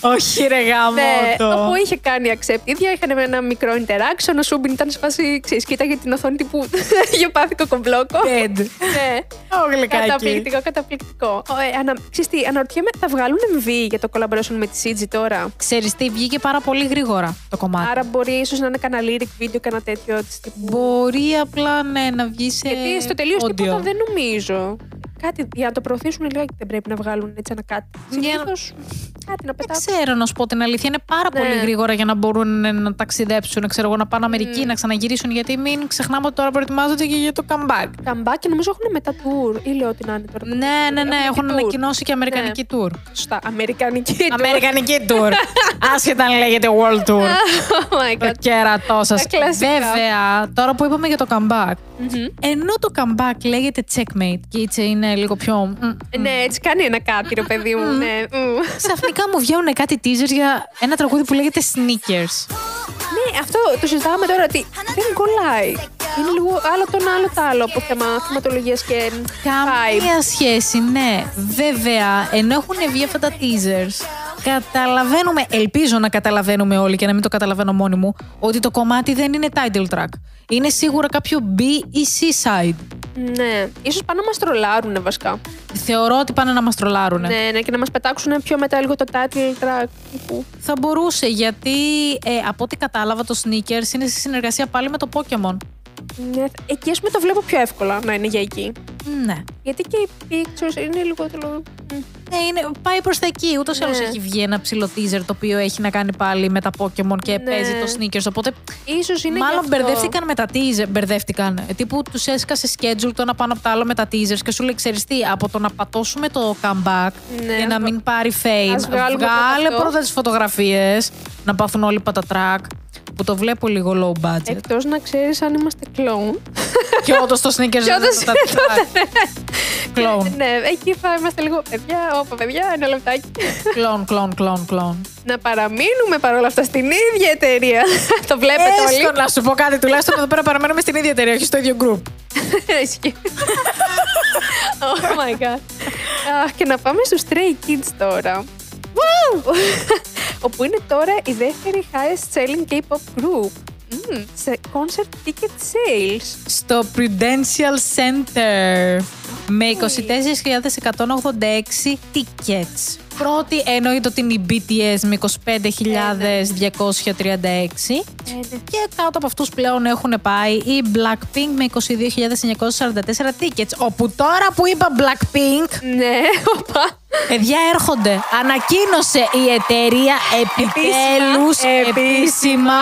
Όχι ρε Ναι, όπου γαμώτο. είχε κάνει accept ίδια, είχαν ένα μικρό interaction. Ο Σούμπιν ήταν σε φάση, ξέρεις, κοίταγε την οθόνη τύπου γεωπάθικο κομπλόκο. Dead. ναι. Ω γλυκάκι. Καταπληκτικό, καταπληκτικό. Ο, ε, ανα, ξέρεις τι, αναρωτιέμαι, θα βγάλουν MV για το collaboration με τη CG τώρα. Ξέρεις τι, βγήκε πάρα πολύ γρήγορα το κομμάτι. Άρα μπορεί ίσως να είναι κανένα lyric video, κανένα τέτοιο της τύπου. Μπορεί απλά ναι, να βγει σε Γιατί στο τελείως audio. τίποτα δεν νομίζω. Κάτι για να το προωθήσουν λιγάκι δεν πρέπει να βγάλουν έτσι ένα κάτι. Για να- Συνήθως, κάτι να Δεν πετάξουν. ξέρω να σου πω την αλήθεια. Είναι πάρα Ναι. πολύ γρήγορα για να μπορούν να ταξιδέψουν, ξέρω εγώ, να πάνε Αμερική, Ναι. να ξαναγυρίσουν. Γιατί μην ξεχνάμε ότι τώρα προετοιμάζονται και για το comeback. Καμπάκι και νομίζω έχουν μετά tour ή λέω την είναι τώρα. Ναι, ναι, ναι, έχουν tour. Ναι. ανακοινώσει και Αμερικανική tour. Σωστά, Αμερικανική tour. Αμερικανική tour. Άσχετα αν λέγεται World Tour. Oh my το god. κέρατό σας. Τα κλασικά. Βέβαια, τώρα που είπαμε για το comeback. Μμμ. Ενώ το comeback λέγεται checkmate και έτσι είναι λίγο πιο. μ, Ναι, έτσι κάνει ένα κάτι, ρε παιδί μου. Ναι, μμ. Ξαφνικά μου βγαίνουν κάτι teasers για ένα τραγούδι που λέγεται Sneakers. Ναι, αυτό το συζητάμε τώρα ότι δεν κολλάει. Είναι λίγο άλλο το ένα, άλλο το άλλο από θέμα θεματολογίας και vibe. Καμία σχέση, ναι. Βέβαια, ενώ έχουν βγει αυτά τα teasers, καταλαβαίνουμε, ελπίζω να καταλαβαίνουμε όλοι και να μην το καταλαβαίνω μόνη μου, ότι το κομμάτι δεν είναι title track. Είναι σίγουρα κάποιο B ή C side. Ναι, ίσως πάνω να μας τρολάρουν βασικά. Θεωρώ ότι πάνε να μας τρολάρουν. Ναι, ναι, και να μας πετάξουν πιο μετά λίγο το title track. τύπου. Θα μπορούσε, γιατί ε, από ό,τι κατάλαβα το Sneakers είναι σε συνεργασία πάλι με το Pokemon. Ναι, εκεί ας πούμε το βλέπω πιο εύκολα να είναι για εκεί. Ναι. Γιατί και οι pictures είναι λιγότερο. μμ. Ναι, είναι, πάει προς τα εκεί. Ούτως ή άλλω Ναι. έχει βγει ένα ψηλό teaser το οποίο έχει να κάνει πάλι με τα Pokémon και Ναι. παίζει το sneakers. Οπότε Ίσως είναι γι' μάλλον αυτό. μπερδεύτηκαν με τα teaser. Μπερδεύτηκαν. Ε, Τύπου τους έσκασε schedule το ένα πάνω από το άλλο με τα teasers και σου λέει: Ξέρεις τι, από το να πατώσουμε το comeback Ναι, και να ας- μην πάρει fame. ας βγάλουμε Βγάλε πρώτα αυτό. πρώτα τις φωτογραφίες να πάθουν όλοι πατατράκ. Που το βλέπω λίγο low budget. Εκτός να ξέρεις αν είμαστε κλόουν. και όντως το sneakers Ε, Και δεν όντως είναι πατατράκ. Κλόουν. Ναι, εκεί θα είμαστε λίγο παιδιά, όπα παιδιά, ένα λεπτάκι. Κλόουν, κλόουν, κλόουν, κλόουν. να παραμείνουμε παρόλα αυτά στην ίδια εταιρεία. το βλέπετε όλοι. Έστω να σου πω κάτι, τουλάχιστον εδώ πέρα παραμένουμε στην ίδια εταιρεία, όχι στο ίδιο group. Ισχύει. oh my god. Αχ, και να πάμε στους Stray Kids τώρα. Όπου είναι τώρα η δεύτερη highest selling K-pop group. Μμμ, σε concert ticket sales. στο Prudential Center με 24.186 tickets. Πρώτη εννοείται ότι είναι η BTS με 25.236 και κάτω από αυτούς πλέον έχουν πάει η Blackpink με 22.944 tickets όπου τώρα που είπα Blackpink Ναι, οπα. παιδιά έρχονται ανακοίνωσε η εταιρεία επιτέλους Επίσημα. επίσημα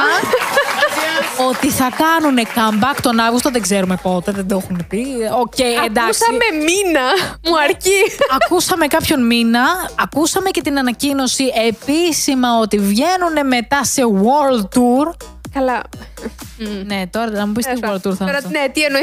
ότι θα κάνουν comeback τον Αύγουστο, δεν ξέρουμε πότε, δεν το έχουν πει. Οκ, Ε, εντάξει. Ναι. Ακούσαμε μήνα, μου αρκεί. ακούσαμε κάποιον μήνα, ακούσαμε και την ανακοίνωση επίσημα ότι βγαίνουν μετά σε World Tour. Καλά. Ναι, τώρα να μου πεις τι World Tour θα είναι. Τώρα, αυτό. ναι, τι εννοεί.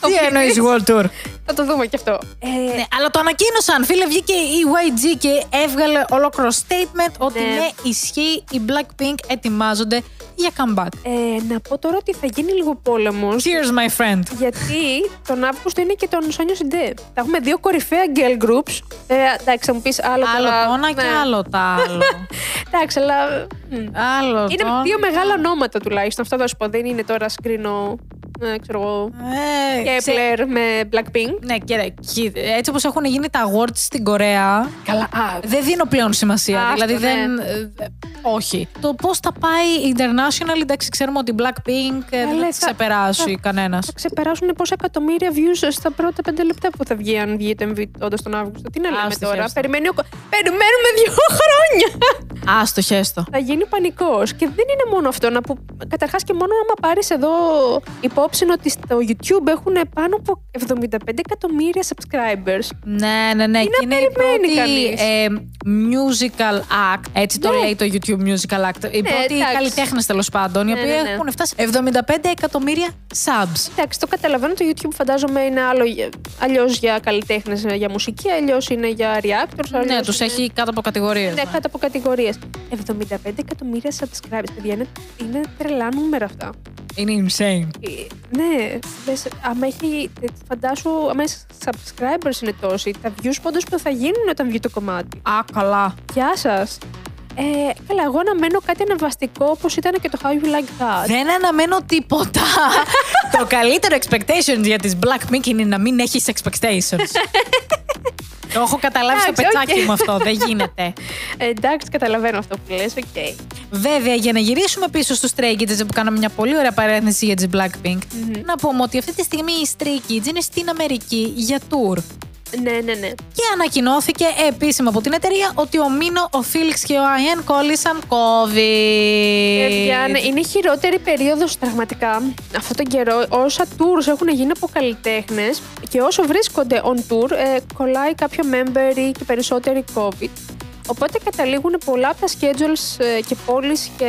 Τι εννοεί World Tour. Θα το δούμε κι αυτό. Ε, Ναι, αλλά το ανακοίνωσαν. Φίλε, βγήκε η YG και έβγαλε ολόκληρο statement ότι Ναι. ναι, ισχύει, οι Blackpink ετοιμάζονται για comeback. ε, να πω τώρα ότι θα γίνει λίγο πόλεμος. Cheers, my friend. Γιατί τον Αύγουστο είναι και τον Σόνιο Σιντέ. Θα έχουμε δύο κορυφαία girl groups. Ε, εντάξει, θα μου πεις άλλο τώρα, Άλλο το ένα και ναι. άλλο το άλλο. Εντάξει, αλλά. μ, Άλλο Είναι το- δύο μεγάλα ονόματα τουλάχιστον. Αυτό θα σου πω. Δεν είναι τώρα σκρίνο. Ε, ξέρω εγώ. Ε, ξέ- Κέπλερ με Blackpink. Ναι, κοίτα, κοι- έτσι όπως έχουν γίνει τα awards στην Κορέα, Καλά. Α, δεν δίνω πλέον σημασία. Άστο, δηλαδή ναι. δεν. ε, δε- όχι. Το πώς θα πάει international, εντάξει, ξέρουμε ότι Blackpink ε, δεν Καλέ, θα θα- τις ξεπεράσει κανένας. θα ξεπεράσουν πόσα εκατομμύρια views στα πρώτα πέντε λεπτά που θα βγει, αν βγει το MV όντως τον Αύγουστο. Τι να λέμε Άστο, τώρα. χαίρεστε. Περιμένει ο... κο- Περιμένουμε δύο χρόνια. Άστο, χέστο. θα γίνει πανικός. Και δεν είναι μόνο αυτό. Να που... Καταρχάς και μόνο άμα πάρεις εδώ υπόψη ότι στο YouTube έχουν πάνω από 75 εκατομμύρια subscribers. Ναι, ναι, ναι. και είναι η περιμένει πρώτη κανείς. ε, musical act. Έτσι το Ναι. λέει το YouTube musical act. Οι πρώτοι εντάξει. καλλιτέχνες τέλος πάντων, οι Ναι, οποίοι ναι, ναι. έχουν φτάσει 75 εκατομμύρια subs. Εντάξει, το καταλαβαίνω. Το YouTube φαντάζομαι είναι άλλο. Αλλιώς για καλλιτέχνες, για μουσική, αλλιώς είναι για reactors. Ναι, αλλιώς τους είναι- έχει κάτω από κατηγορίες. Ναι, κάτω από κατηγορίες. 75 εκατομμύρια subscribers. Παιδιά, είναι, είναι τρελά νούμερα αυτά. Είναι insane. Ε, Ναι, λες, άμα έχει, ε, φαντάσου, άμα έχει subscribers είναι τόσοι, τα views πάντως που θα γίνουν όταν βγει το κομμάτι. Α, καλά. Γεια σας. Ε, καλά, εγώ αναμένω κάτι αναβαστικό όπως ήταν και το How You Like That. Δεν αναμένω τίποτα. το καλύτερο expectations για τις Blackpink είναι να μην έχεις expectations. το έχω καταλάβει στο Εντάξει, πετσάκι οκ. μου αυτό. Δεν γίνεται. Ε, εντάξει, καταλαβαίνω αυτό που λες. Οκ. Βέβαια, για να γυρίσουμε πίσω στους Stray Kids, που κάναμε μια πολύ ωραία παρένθεση για τις Blackpink, Mm-hmm. να πούμε ότι αυτή τη στιγμή οι Stray Kids είναι στην Αμερική για tour. Ναι, ναι, ναι. Και ανακοινώθηκε επίσημα από την εταιρεία ότι ο Μίνο, ο Φίλιξ και ο Αιέν κόλλησαν COVID. Ε, Παιδιά, ναι, είναι η χειρότερη περίοδος πραγματικά αυτόν τον καιρό. Όσα tours έχουν γίνει από καλλιτέχνες και όσο βρίσκονται on tour, ε, κολλάει κάποιο member ή και περισσότεροι COVID. Οπότε καταλήγουν πολλά από τα schedules ε, και πόλεις και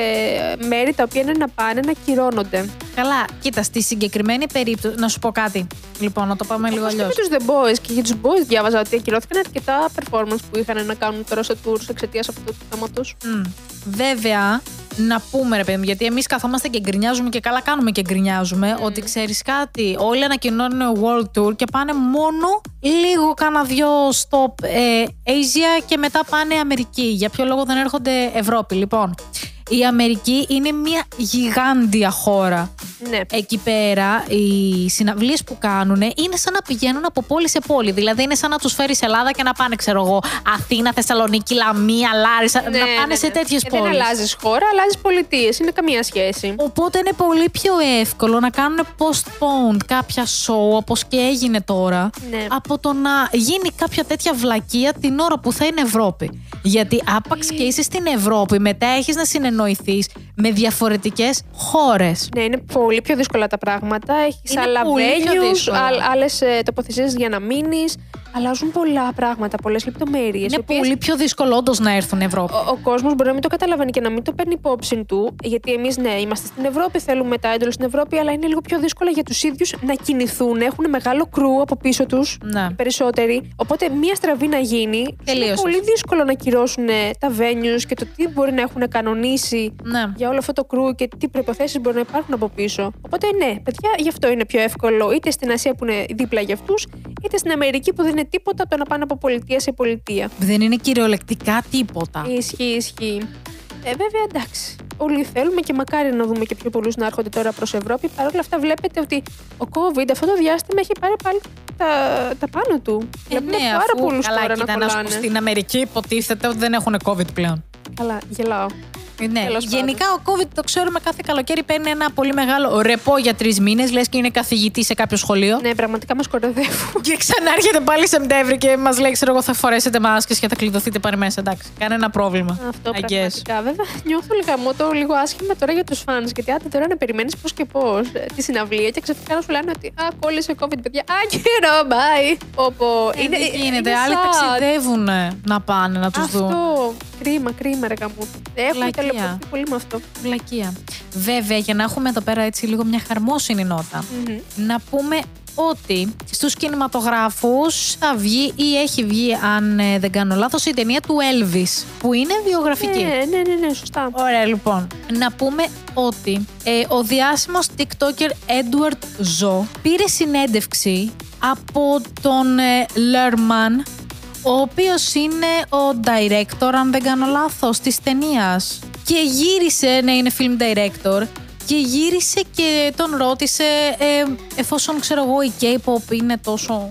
ε, μέρη τα οποία είναι να πάνε να κυρώνονται. Καλά, κοίτα, στη συγκεκριμένη περίπτωση. Να σου πω κάτι. Λοιπόν, να το πάμε λίγο Όπως και αλλιώ. με τους The Boys και για τους Boys διάβαζα ότι ακυρώθηκαν αρκετά performance που είχαν να κάνουν τώρα σε tours εξαιτίας αυτού του θέματος. Βέβαια, να πούμε ρε παιδί μου, γιατί εμείς καθόμαστε και γκρινιάζουμε και καλά κάνουμε και γκρινιάζουμε ότι ξέρεις κάτι. Όλοι ανακοινώνουν World Tour και πάνε μόνο λίγο κάνα δυο stop ε, Asia και μετά πάνε Αμερική. Για ποιο λόγο δεν έρχονται Ευρώπη, λοιπόν. Η Αμερική είναι μια γιγάντια χώρα. Ναι. Εκεί πέρα οι συναυλίες που κάνουν είναι σαν να πηγαίνουν από πόλη σε πόλη. Δηλαδή είναι σαν να τους φέρεις Ελλάδα και να πάνε, ξέρω εγώ, Αθήνα, Θεσσαλονίκη, Λαμία, Λάρισα. να πάνε σε τέτοιες Ναι, Ε, πόλεις. Δεν αλλάζεις χώρα, αλλάζεις πολιτείες. Είναι καμία σχέση. Οπότε είναι πολύ πιο εύκολο να κάνουν postponed κάποια show όπως και έγινε τώρα Ναι. από το να γίνει κάποια τέτοια βλακεία την ώρα που θα είναι Ευρώπη. Γιατί Ε. άπαξ και είσαι στην Ευρώπη, μετά έχεις να συνεννοηθείς με διαφορετικές χώρες. Ναι, είναι πολύ πιο δύσκολα τα πράγματα. Έχεις Είναι άλλα πολύ πιο venues, δύσκολα. άλλε τοποθεσίες για να μείνεις. αλλάζουν πολλά πράγματα, πολλές λεπτομέρειες. Είναι πολύ πιο δύσκολο όντως να έρθουν Ευρώπη. Ο, ο κόσμος μπορεί να μην το καταλαβαίνει και να μην το παίρνει υπόψη του, γιατί εμείς ναι, είμαστε στην Ευρώπη, θέλουμε τα έντολα στην Ευρώπη, αλλά είναι λίγο πιο δύσκολα για τους ίδιους να κινηθούν. Έχουν μεγάλο κρού από πίσω τους Ναι. περισσότεροι. Οπότε μία στραβή να γίνει. Είναι Τελείωσες. πολύ δύσκολο να κυρώσουν ε, τα venues και το τι μπορεί να έχουν κανονίσει Ναι. για όλο αυτό το κρού και τι προποθέσει μπορεί να υπάρχουν από πίσω. Οπότε ναι, παιδιά, γι' αυτό είναι πιο εύκολο είτε στην Ασία που είναι δίπλα για αυτούς, είτε στην Αμερική που δεν είναι τίποτα από το να πάνε από πολιτεία σε πολιτεία. Δεν είναι κυριολεκτικά τίποτα. Ισχύει, ισχύει. Ε, βέβαια, εντάξει. Όλοι θέλουμε και μακάρι να δούμε και πιο πολλούς να έρχονται τώρα προς Ευρώπη. Παρ' όλα αυτά, βλέπετε ότι ο COVID αυτό το διάστημα έχει πάρει πάλι τα, τα πάνω του. Βλέπουμε ναι, Ε, πάρα αφού- πολλούς καλά, τώρα να κοίτα, να σου πω, κολλάνε. στην Αμερική υποτίθεται ότι δεν έχουν COVID πλέον. Καλά, γελάω. Ε, Ναι, Τέλος πάντων. γενικά ο COVID το ξέρουμε κάθε καλοκαίρι παίρνει ένα πολύ μεγάλο ρεπό για τρεις μήνες, λες και είναι καθηγητή σε κάποιο σχολείο. Ναι, πραγματικά μας κοροϊδεύουν. Και ξανάρχεται πάλι Σεπτέμβρη και μας λέει: Ξέρω εγώ, θα φορέσετε μάσκες και θα κλειδωθείτε πάλι μέσα. Εντάξει, κανένα πρόβλημα. Αυτό I guess. πραγματικά. Βέβαια, νιώθω λίγο το λίγο άσχημα τώρα για τους φans. Γιατί άντε τώρα να περιμένεις πώς και πώς τη συναυλία και ξαφνικά να σου λένε ότι Α, κόλλησε COVID, παιδιά. Α, καιρό, bye. Όπω. Ε, δεν γίνεται. Άλλοι ταξιδεύουν ε, να πάνε να τους δουν. Αυτό. Κρίμα, κρίμα, ρε μου. Έχουμε Βλακεία. τελειοποιηθεί πολύ με αυτό. Βλακεία. Βέβαια, για να έχουμε εδώ πέρα έτσι λίγο μια χαρμόσυνη νότα, Μμμ. να πούμε ότι στους κινηματογράφους θα βγει ή έχει βγει, αν ε, δεν κάνω λάθος, η ταινία του Elvis, που είναι βιογραφική. Ναι, ναι, ναι, ναι, σωστά. Ωραία, λοιπόν. Να πούμε ότι ε, ο διάσημος TikToker Edward Zo πήρε συνέντευξη από τον ε, Lerman, ο οποίος είναι ο director, αν δεν κάνω λάθος, της ταινίας. Και γύρισε, ναι, είναι film director, και γύρισε και τον ρώτησε ε, εφόσον, ξέρω εγώ, η K-pop είναι τόσο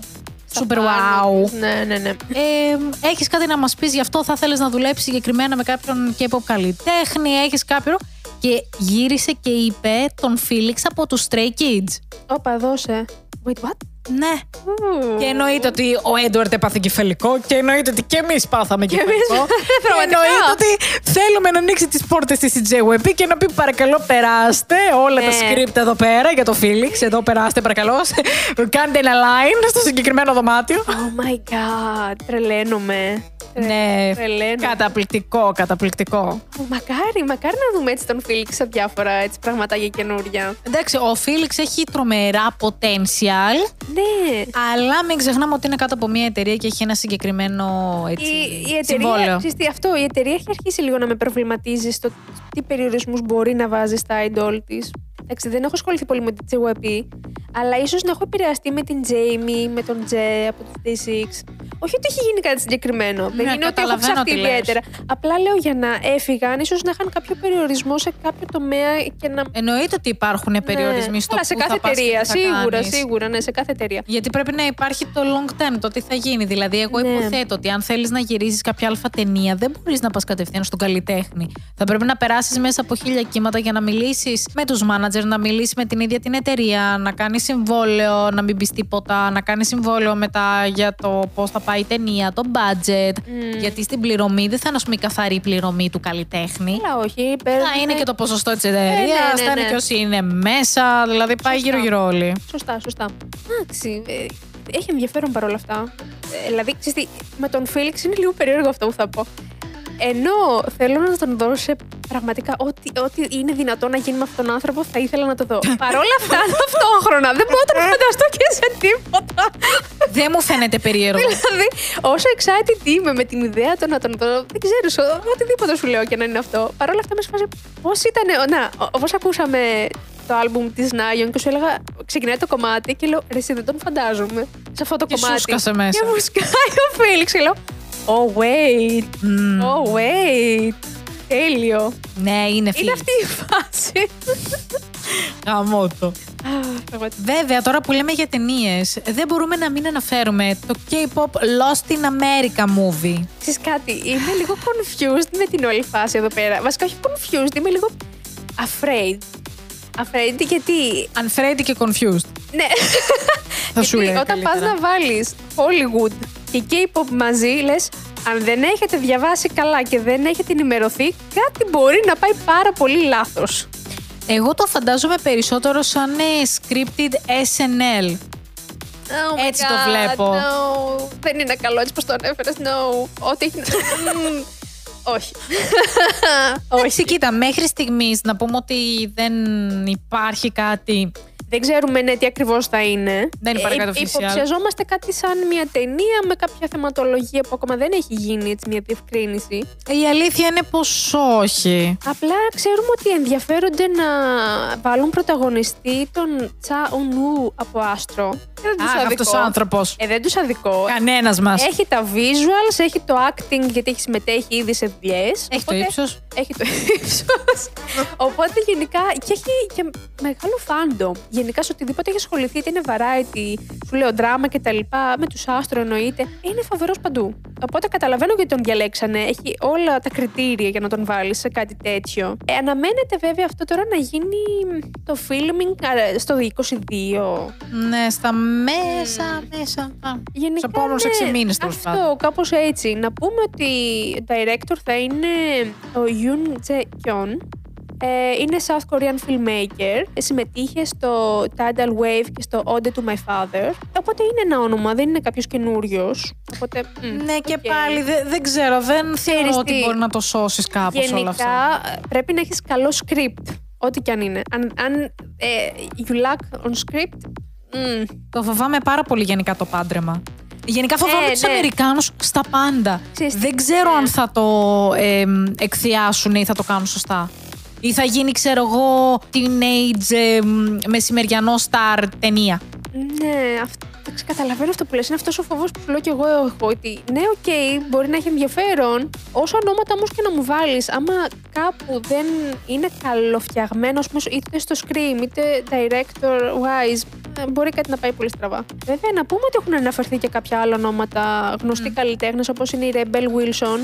Στα super πάνω wow. της. Ναι, ναι, ναι. Ε, έχεις κάτι να μας πεις γι' αυτό, θα θέλεις να δουλέψεις συγκεκριμένα με κάποιον K-pop καλλιτέχνη, έχεις κάποιον. Και γύρισε και είπε τον Φίλιξ από τους Stray Kids. Όπα, δώσε. Wait, what? Ναι. Ου. Και εννοείται ότι ο Έντουαρτ έπαθε κεφαλικό και εννοείται ότι και εμείς πάθαμε κεφαλικό. εμείς. και Πραγματικά. εννοείται ότι θέλουμε να ανοίξει τις πόρτες της η JWP και να πει παρακαλώ περάστε όλα τα Ναι. script εδώ πέρα για το Φίλιξ. Εδώ περάστε παρακαλώ. Κάντε ένα line στο συγκεκριμένο δωμάτιο. Oh my god, τρελαίνομαι. Ναι, Τρελαίνω. καταπληκτικό, καταπληκτικό. Μακάρι, μακάρι να δούμε έτσι τον Φίλιξ σε διάφορα έτσι, πραγματάκια καινούρια. Εντάξει, ο Φίλιξ έχει τρομερά potential, Ναι. αλλά μην ξεχνάμε ότι είναι κάτω από μια εταιρεία και έχει ένα συγκεκριμένο έτσι, Η, η εταιρεία, συμβόλαιο. ξέρεις τι, αυτό, η εταιρεία έχει αρχίσει λίγο να με προβληματίζει στο τι περιορισμούς μπορεί να βάζει στα idol της. Εντάξει, δεν έχω ασχοληθεί πολύ με την JYP, αλλά ίσως να έχω επηρεαστεί με την Jamie, με τον Jay από του D6. Όχι ότι έχει γίνει κάτι συγκεκριμένο. δεν είναι ότι έχω Ναι, καταλαβαίνω ψαχτεί τι λες. ιδιαίτερα. Απλά λέω για να έφυγαν, ίσως να είχαν κάποιο περιορισμό σε κάποιο τομέα και να. Εννοείται ότι υπάρχουν περιορισμοί Ναι. στο Αλλά σε πού κάθε θα πας και εταιρεία, τι θα σίγουρα, κάνεις. σίγουρα, ναι, σε κάθε εταιρεία. Γιατί πρέπει να υπάρχει το long term, το τι θα γίνει. Δηλαδή, εγώ Ναι. υποθέτω ότι αν θέλεις να γυρίζεις κάποια αλφα ταινία, δεν μπορείς να πας κατευθείαν στον καλλιτέχνη. Θα πρέπει να περάσεις μέσα από χίλια κύματα για να μιλήσεις με τους μάνατζερ, να μιλήσει με την ίδια την εταιρεία, να κάνει συμβόλαιο, να μην πεις τίποτα, να κάνει συμβόλαιο μετά για το πώς θα πάει η ταινία, το budget. Γιατί στην πληρωμή δεν θα είναι, ας πούμε, η καθαρή πληρωμή του καλλιτέχνη. Αλλά όχι, παίρνουν- Ναι. Θα είναι και το ποσοστό της εταιρεία, Ε, ναι, ναι, θα είναι ναι. και όσοι είναι μέσα, δηλαδή πάει Σωστά. γύρω-γύρω όλοι. Σωστά, σωστά. Εντάξει. ε, έχει ενδιαφέρον παρόλα αυτά. Ε, δηλαδή, ξέρεις τι, με τον Φίλιξ είναι λίγο περίεργο αυτό που θα πω. Ενώ θέλω να τον δώσω σε πραγματικά ό,τι, ό,τι είναι δυνατό να γίνει με αυτόν τον άνθρωπο, θα ήθελα να το δω. παρόλα αυτά, ταυτόχρονα δεν μπορώ να τον φανταστώ και σε τίποτα. Δεν μου φαίνεται περίεργο. δηλαδή, όσο excited είμαι με την ιδέα του να τον δω, δεν ξέρω, σο- οτιδήποτε σου λέω και να είναι αυτό. Παρ' όλα αυτά, με σφάζει πώ ήταν. Να, ο- όπως ακούσαμε το άλμπουμ της Νάιον και σου έλεγα, ξεκινάει το κομμάτι και λέω, ρε, εσύ δεν τον φαντάζομαι σε αυτό το Και σου κομμάτι. σκάσε μέσα. Και μου σκάει ο Φίλιξ και λέω, Oh, wait. Μμμ. Oh, wait. Τέλειο. Ναι, είναι φίλη. Είναι αυτή η φάση. Γαμώ το. Α, πραγματικά. Βέβαια, τώρα που λέμε για ταινίες, δεν μπορούμε να μην αναφέρουμε το K-pop Lost in America movie. Ξέρεις κάτι, είμαι λίγο confused με την όλη φάση εδώ πέρα. Βασικά όχι confused, είμαι λίγο afraid. Afraid γιατί... Unfraid και confused. Ναι. Θα σου Γιατί λέω όταν καλύτερα. πας να βάλεις Hollywood και K-pop μαζί, λες αν δεν έχετε διαβάσει καλά και δεν έχετε ενημερωθεί, κάτι μπορεί να πάει πάρα πολύ λάθος. Εγώ το φαντάζομαι περισσότερο σαν ε, scripted SNL. Oh my Έτσι το God, βλέπω. no. Δεν είναι καλό έτσι πως το ανέφερες. No. Ό,τι έχει... Μμμ. Όχι. Εντάξει, κοίτα, μέχρι στιγμής να πούμε ότι δεν υπάρχει κάτι. Δεν ξέρουμε ναι, τι ακριβώς θα είναι. Δεν υπάρχει Ε, κάτι official. Υποψιαζόμαστε κάτι σαν μια ταινία με κάποια θεματολογία που ακόμα δεν έχει γίνει έτσι μια διευκρίνηση. Η αλήθεια είναι πως όχι. Απλά ξέρουμε ότι ενδιαφέρονται να βάλουν πρωταγωνιστή τον Τσα Ονού από Άστρο. Ε, δεν τους Αχ, αδικώ. αυτός ο άνθρωπος. Ε, δεν τους αδικώ. Κανένας μας. Έχει τα visuals, έχει το acting γιατί έχει συμμετέχει ήδη σε δουλειές. Έχει το ύψος. Έχει το ύψος. Οπότε γενικά. και έχει και μεγάλο φάντο. Γενικά σε οτιδήποτε έχει ασχοληθεί, είτε είναι variety, σου λέω δράμα κτλ. Με τους άστρο εννοείται. Είναι φοβερός παντού. Οπότε καταλαβαίνω γιατί τον διαλέξανε. Έχει όλα τα κριτήρια για να τον βάλεις σε κάτι τέτοιο. Ε, αναμένεται βέβαια αυτό τώρα να γίνει το filming ε, στο 22. Ναι, στα μέσα, μέσα. Α, Γενικά, ναι, Στους επόμενους 6 μήνες τέλος πάντων. Αυτό, κάπως έτσι. Να πούμε ότι ο director θα είναι ο Yoon Jae Kyun. Ε, είναι South Korean filmmaker. Συμμετείχε στο Tidal Wave και στο Ode to My Father. Οπότε είναι ένα όνομα, δεν είναι κάποιος καινούριος. Οπότε. μ, Ναι, και οκ. πάλι δε- δεν ξέρω. Δεν θεωρώ ότι τι. μπορεί να το σώσεις κάπως όλο αυτό. Γενικά ε, πρέπει να έχεις καλό script. Ό,τι και αν είναι. Αν, αν ε, you lack on script. μ, Το φοβάμαι πάρα πολύ γενικά το πάντρεμα. Γενικά φοβάμαι Ε, τους ναι. Αμερικάνους στα πάντα. Ξέρεις τι, Δεν ξέρω ναι. αν θα το εμ, εκθιάσουν ή θα το κάνουν σωστά. Ή θα γίνει, ξέρω εγώ, teenage εμ, μεσημεριανό star ταινία. Ναι, αυτό, εντάξει, καταλαβαίνω αυτό που λες. Είναι αυτός ο φόβος που σου λέω κι εγώ έχω, ότι ναι, οκ, μπορεί να έχει ενδιαφέρον. Όσο ονόματα όμως και να μου βάλεις, άμα κάπου δεν είναι καλοφτιαγμένο, ας πούμε, είτε στο scream, είτε director-wise, ε, μπορεί κάτι να πάει πολύ στραβά. Βέβαια, να πούμε ότι έχουν αναφερθεί και κάποια άλλα ονόματα γνωστοί καλλιτέχνες, όπως είναι η Rebel Wilson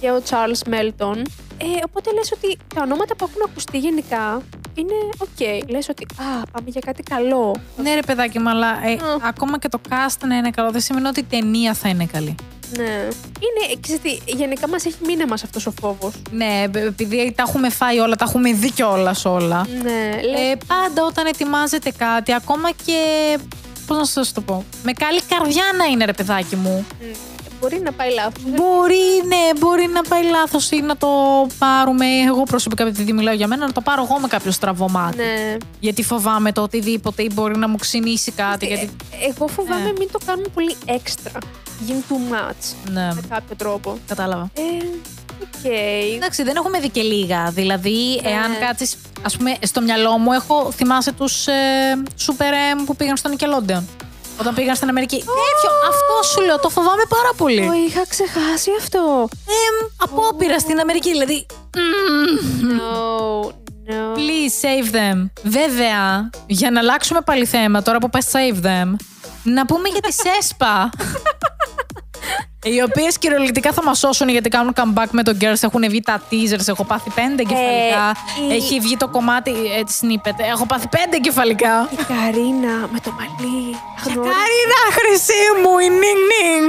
και ο Charles Melton. Ε, οπότε λες ότι τα ονόματα που έχουν ακουστεί γενικά είναι οκ. Λες ότι α, πάμε για κάτι καλό. Ναι, ρε παιδάκι μου, αλλά ε, Mm. ακόμα και το cast να είναι καλό δεν σημαίνει ότι η ταινία θα είναι καλή. Ναι. Είναι, ξέρεις τι, γενικά μας έχει μήνεμα σε αυτός ο φόβος. Ναι, ε, επειδή τα έχουμε φάει όλα, τα έχουμε δει κιόλας όλα. Ναι, λες, Ε, πάντα όταν ετοιμάζεται κάτι, ακόμα και. Πώς να σας το πω. Με καλή καρδιά να είναι, ρε παιδάκι μου. μ, μπορεί να πάει λάθος. Μπορεί, ναι, μπορεί να πάει λάθος ή να το πάρουμε. Εγώ προσωπικά, επειδή μιλάω για μένα, να το πάρω εγώ με κάποιο στραβό μάτι. Ναι. Γιατί φοβάμαι το οτιδήποτε ή μπορεί να μου ξυνήσει κάτι. Ε, Γιατί... εγώ φοβάμαι Ναι. μην το κάνουμε πολύ έξτρα. Γίνει too much, Ναι, με κάποιο τρόπο. κατάλαβα. Ε, οκ. Εντάξει, δεν έχουμε δει και λίγα. Δηλαδή, Ναι. εάν κάτσεις. Ας πούμε, στο μυαλό μου έχω. Θυμάσαι τους ε, Super M που πήγαν στον Νικελόντεον. Όταν πήγαν στην Αμερική. Τέτοιο, αυτό σου λέω, το φοβάμαι πάρα πολύ. Το είχα ξεχάσει αυτό. Εμ, απόπειρα στην Αμερική. Δηλαδή, No, no. please save them. Βέβαια, για να αλλάξουμε πάλι θέμα, τώρα που πες save them, να πούμε για τη ΣΕΣΠΑ. Οι οποίες κυριολεκτικά θα μας σώσουν γιατί κάνουν comeback με το Girls. Έχουν βγει τα teasers. Έχω πάθει πέντε εγκεφαλικά. Ε, η- Έχει βγει το κομμάτι. Έτσι, snippet. Έχω πάθει πέντε εγκεφαλικά. Η Καρίνα με το μαλλί. Γνώριστε. Καρίνα, χρυσή μου, η νινγκ νινγκ.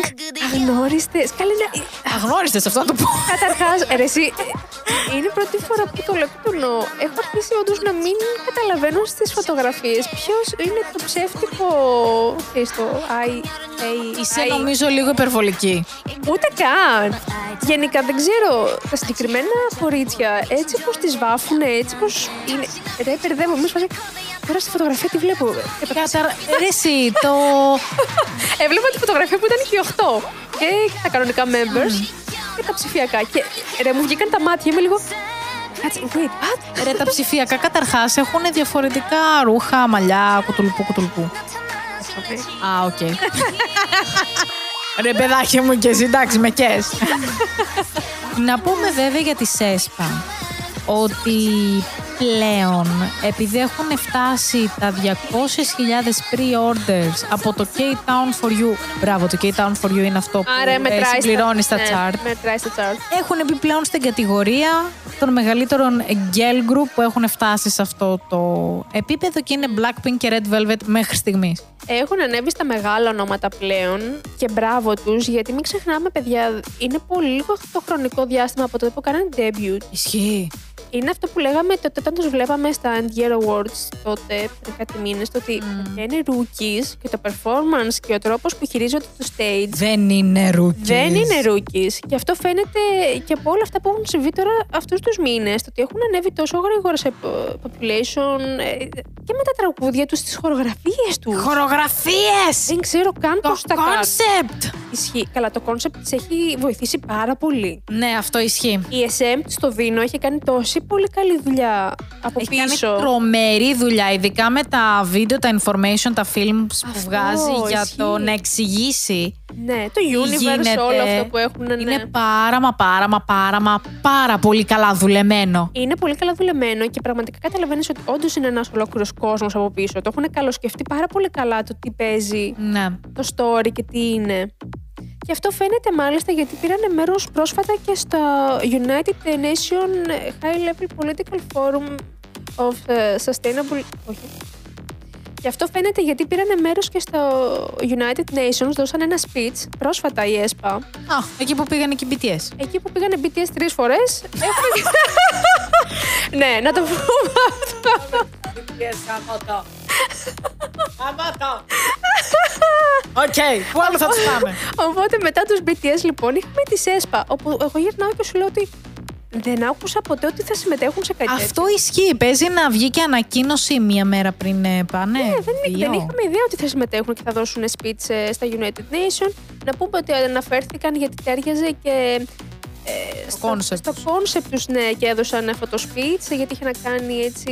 Αγνώριστες. Καλή να... Αγνώριστες αυτό να το πω. Καταρχάς, ρε, εσύ, ε, είναι η πρώτη φορά που το λέω και το εννοώ. Έχω αρχίσει όντως να μην καταλαβαίνω στις φωτογραφίες ποιος είναι το ψεύτικο. Τι στο. I, I, Είσαι I- νομίζω λίγο υπερβολική. Ούτε καν. Γενικά δεν ξέρω τα συγκεκριμένα κορίτσια έτσι πώς τις βάφουν, έτσι πώς είναι. Ρε, μπερδεύομαι. Μου σπάζει. Τώρα στη φωτογραφία τη βλέπω. Καταρα... Ρε εσύ, το. Έβλεπα Ε, τη φωτογραφία που ήταν και οι 8. Και τα κανονικά members και τα ψηφιακά. Και ρε, μου βγήκαν τα μάτια. Είμαι λίγο. Κάτσε, wait, what? Ρε, τα ψηφιακά καταρχάς έχουν διαφορετικά ρούχα, μαλλιά, κουτουλουπού, κουτουλουπού. Α, οκ. Ρε, παιδάκι μου και εσύ, εντάξει, με κες. Να πούμε βέβαια για τη ΣΕΣΠΑ ότι πλέον επειδή έχουν φτάσει τα 200.000 pre-orders από το K-Town for You. Μπράβο, το K-Town for You είναι αυτό που Άρα ε, μετράει. συμπληρώνει στα ναι, chart. Μετράει στα chart. Έχουν μπει πλέον στην κατηγορία των μεγαλύτερων girl group που έχουν φτάσει σε αυτό το επίπεδο και είναι Blackpink και Red Velvet μέχρι στιγμής. Έχουν ανέβει στα μεγάλα ονόματα πλέον και μπράβο τους γιατί μην ξεχνάμε παιδιά, είναι πολύ λίγο το χρονικό διάστημα από τότε που κάνανε debut. Ισχύει. Είναι αυτό που λέγαμε τότε όταν τους βλέπαμε στα End Year Awards τότε, πριν κάτι μήνες, το ότι Μμμ. είναι rookies και το performance και ο τρόπος που χειρίζονται το stage Δεν είναι ρούκι. δεν είναι rookies. Και αυτό φαίνεται και από όλα αυτά που έχουν συμβεί τώρα αυτούς τους μήνες. Το ότι έχουν ανέβει τόσο γρήγορα σε ε, population ε, και με τα τραγούδια τους, τις χορογραφίες τους. Χορογραφίες! Δεν ξέρω καν Το πώς τα κάνουν. κόνσεπτ! Ισχύει. Καλά, το concept τη έχει βοηθήσει πάρα πολύ. Ναι, αυτό ισχύει. Η SM στο Δίνο έχει κάνει τόση πολύ καλή δουλειά από Έχει κάνει πίσω. τρομερή δουλειά, ειδικά με τα βίντεο, τα information, τα films Αυτό, που βγάζει για το ισχύει. να εξηγήσει. Ναι, το τι universe, γίνεται. όλο αυτό που έχουν. Ναι. Είναι πάρα μα πάρα μα πάρα μα πάρα πολύ καλά δουλεμένο. Είναι πολύ καλά δουλεμένο και πραγματικά καταλαβαίνεις ότι όντως είναι ένας ολόκληρος κόσμος από πίσω. Το έχουν καλοσκεφτεί πάρα πολύ καλά το τι παίζει Ναι. το story και τι είναι. Και αυτό φαίνεται μάλιστα γιατί πήραν μέρος πρόσφατα και στα United Nation High Level Political Forum of ε, Sustainable... Όχι. Και αυτό φαίνεται γιατί πήραν μέρος και στο United Nations, δώσαν ένα speech πρόσφατα η ΕΣΠΑ, Α, εκεί που πήγαν και οι BTS. εκεί που πήγανε BTS τρεις φορές. έχουμε- ναι, να το πούμε αυτό. Οκ, πού άλλο θα τους πάμε. Οπότε μετά τους BTS λοιπόν είχαμε τη ΣΕΣΠΑ, όπου εγώ γυρνάω και σου λέω ότι δεν άκουσα ποτέ ότι θα συμμετέχουν σε κάτι τέτοιο. Αυτό ισχύει. Παίζει να βγει και ανακοίνωση μία μέρα πριν ε, πάνε. Ναι, δεν, Δύο. δεν είχαμε ιδέα ότι θα συμμετέχουν και θα δώσουν speech ε, στα United Nations. Να πούμε ότι αναφέρθηκαν γιατί τέριαζε και ε, στο, concept στο τους. concept τους, ναι, και έδωσαν αυτό το speech, ε, γιατί είχε να κάνει έτσι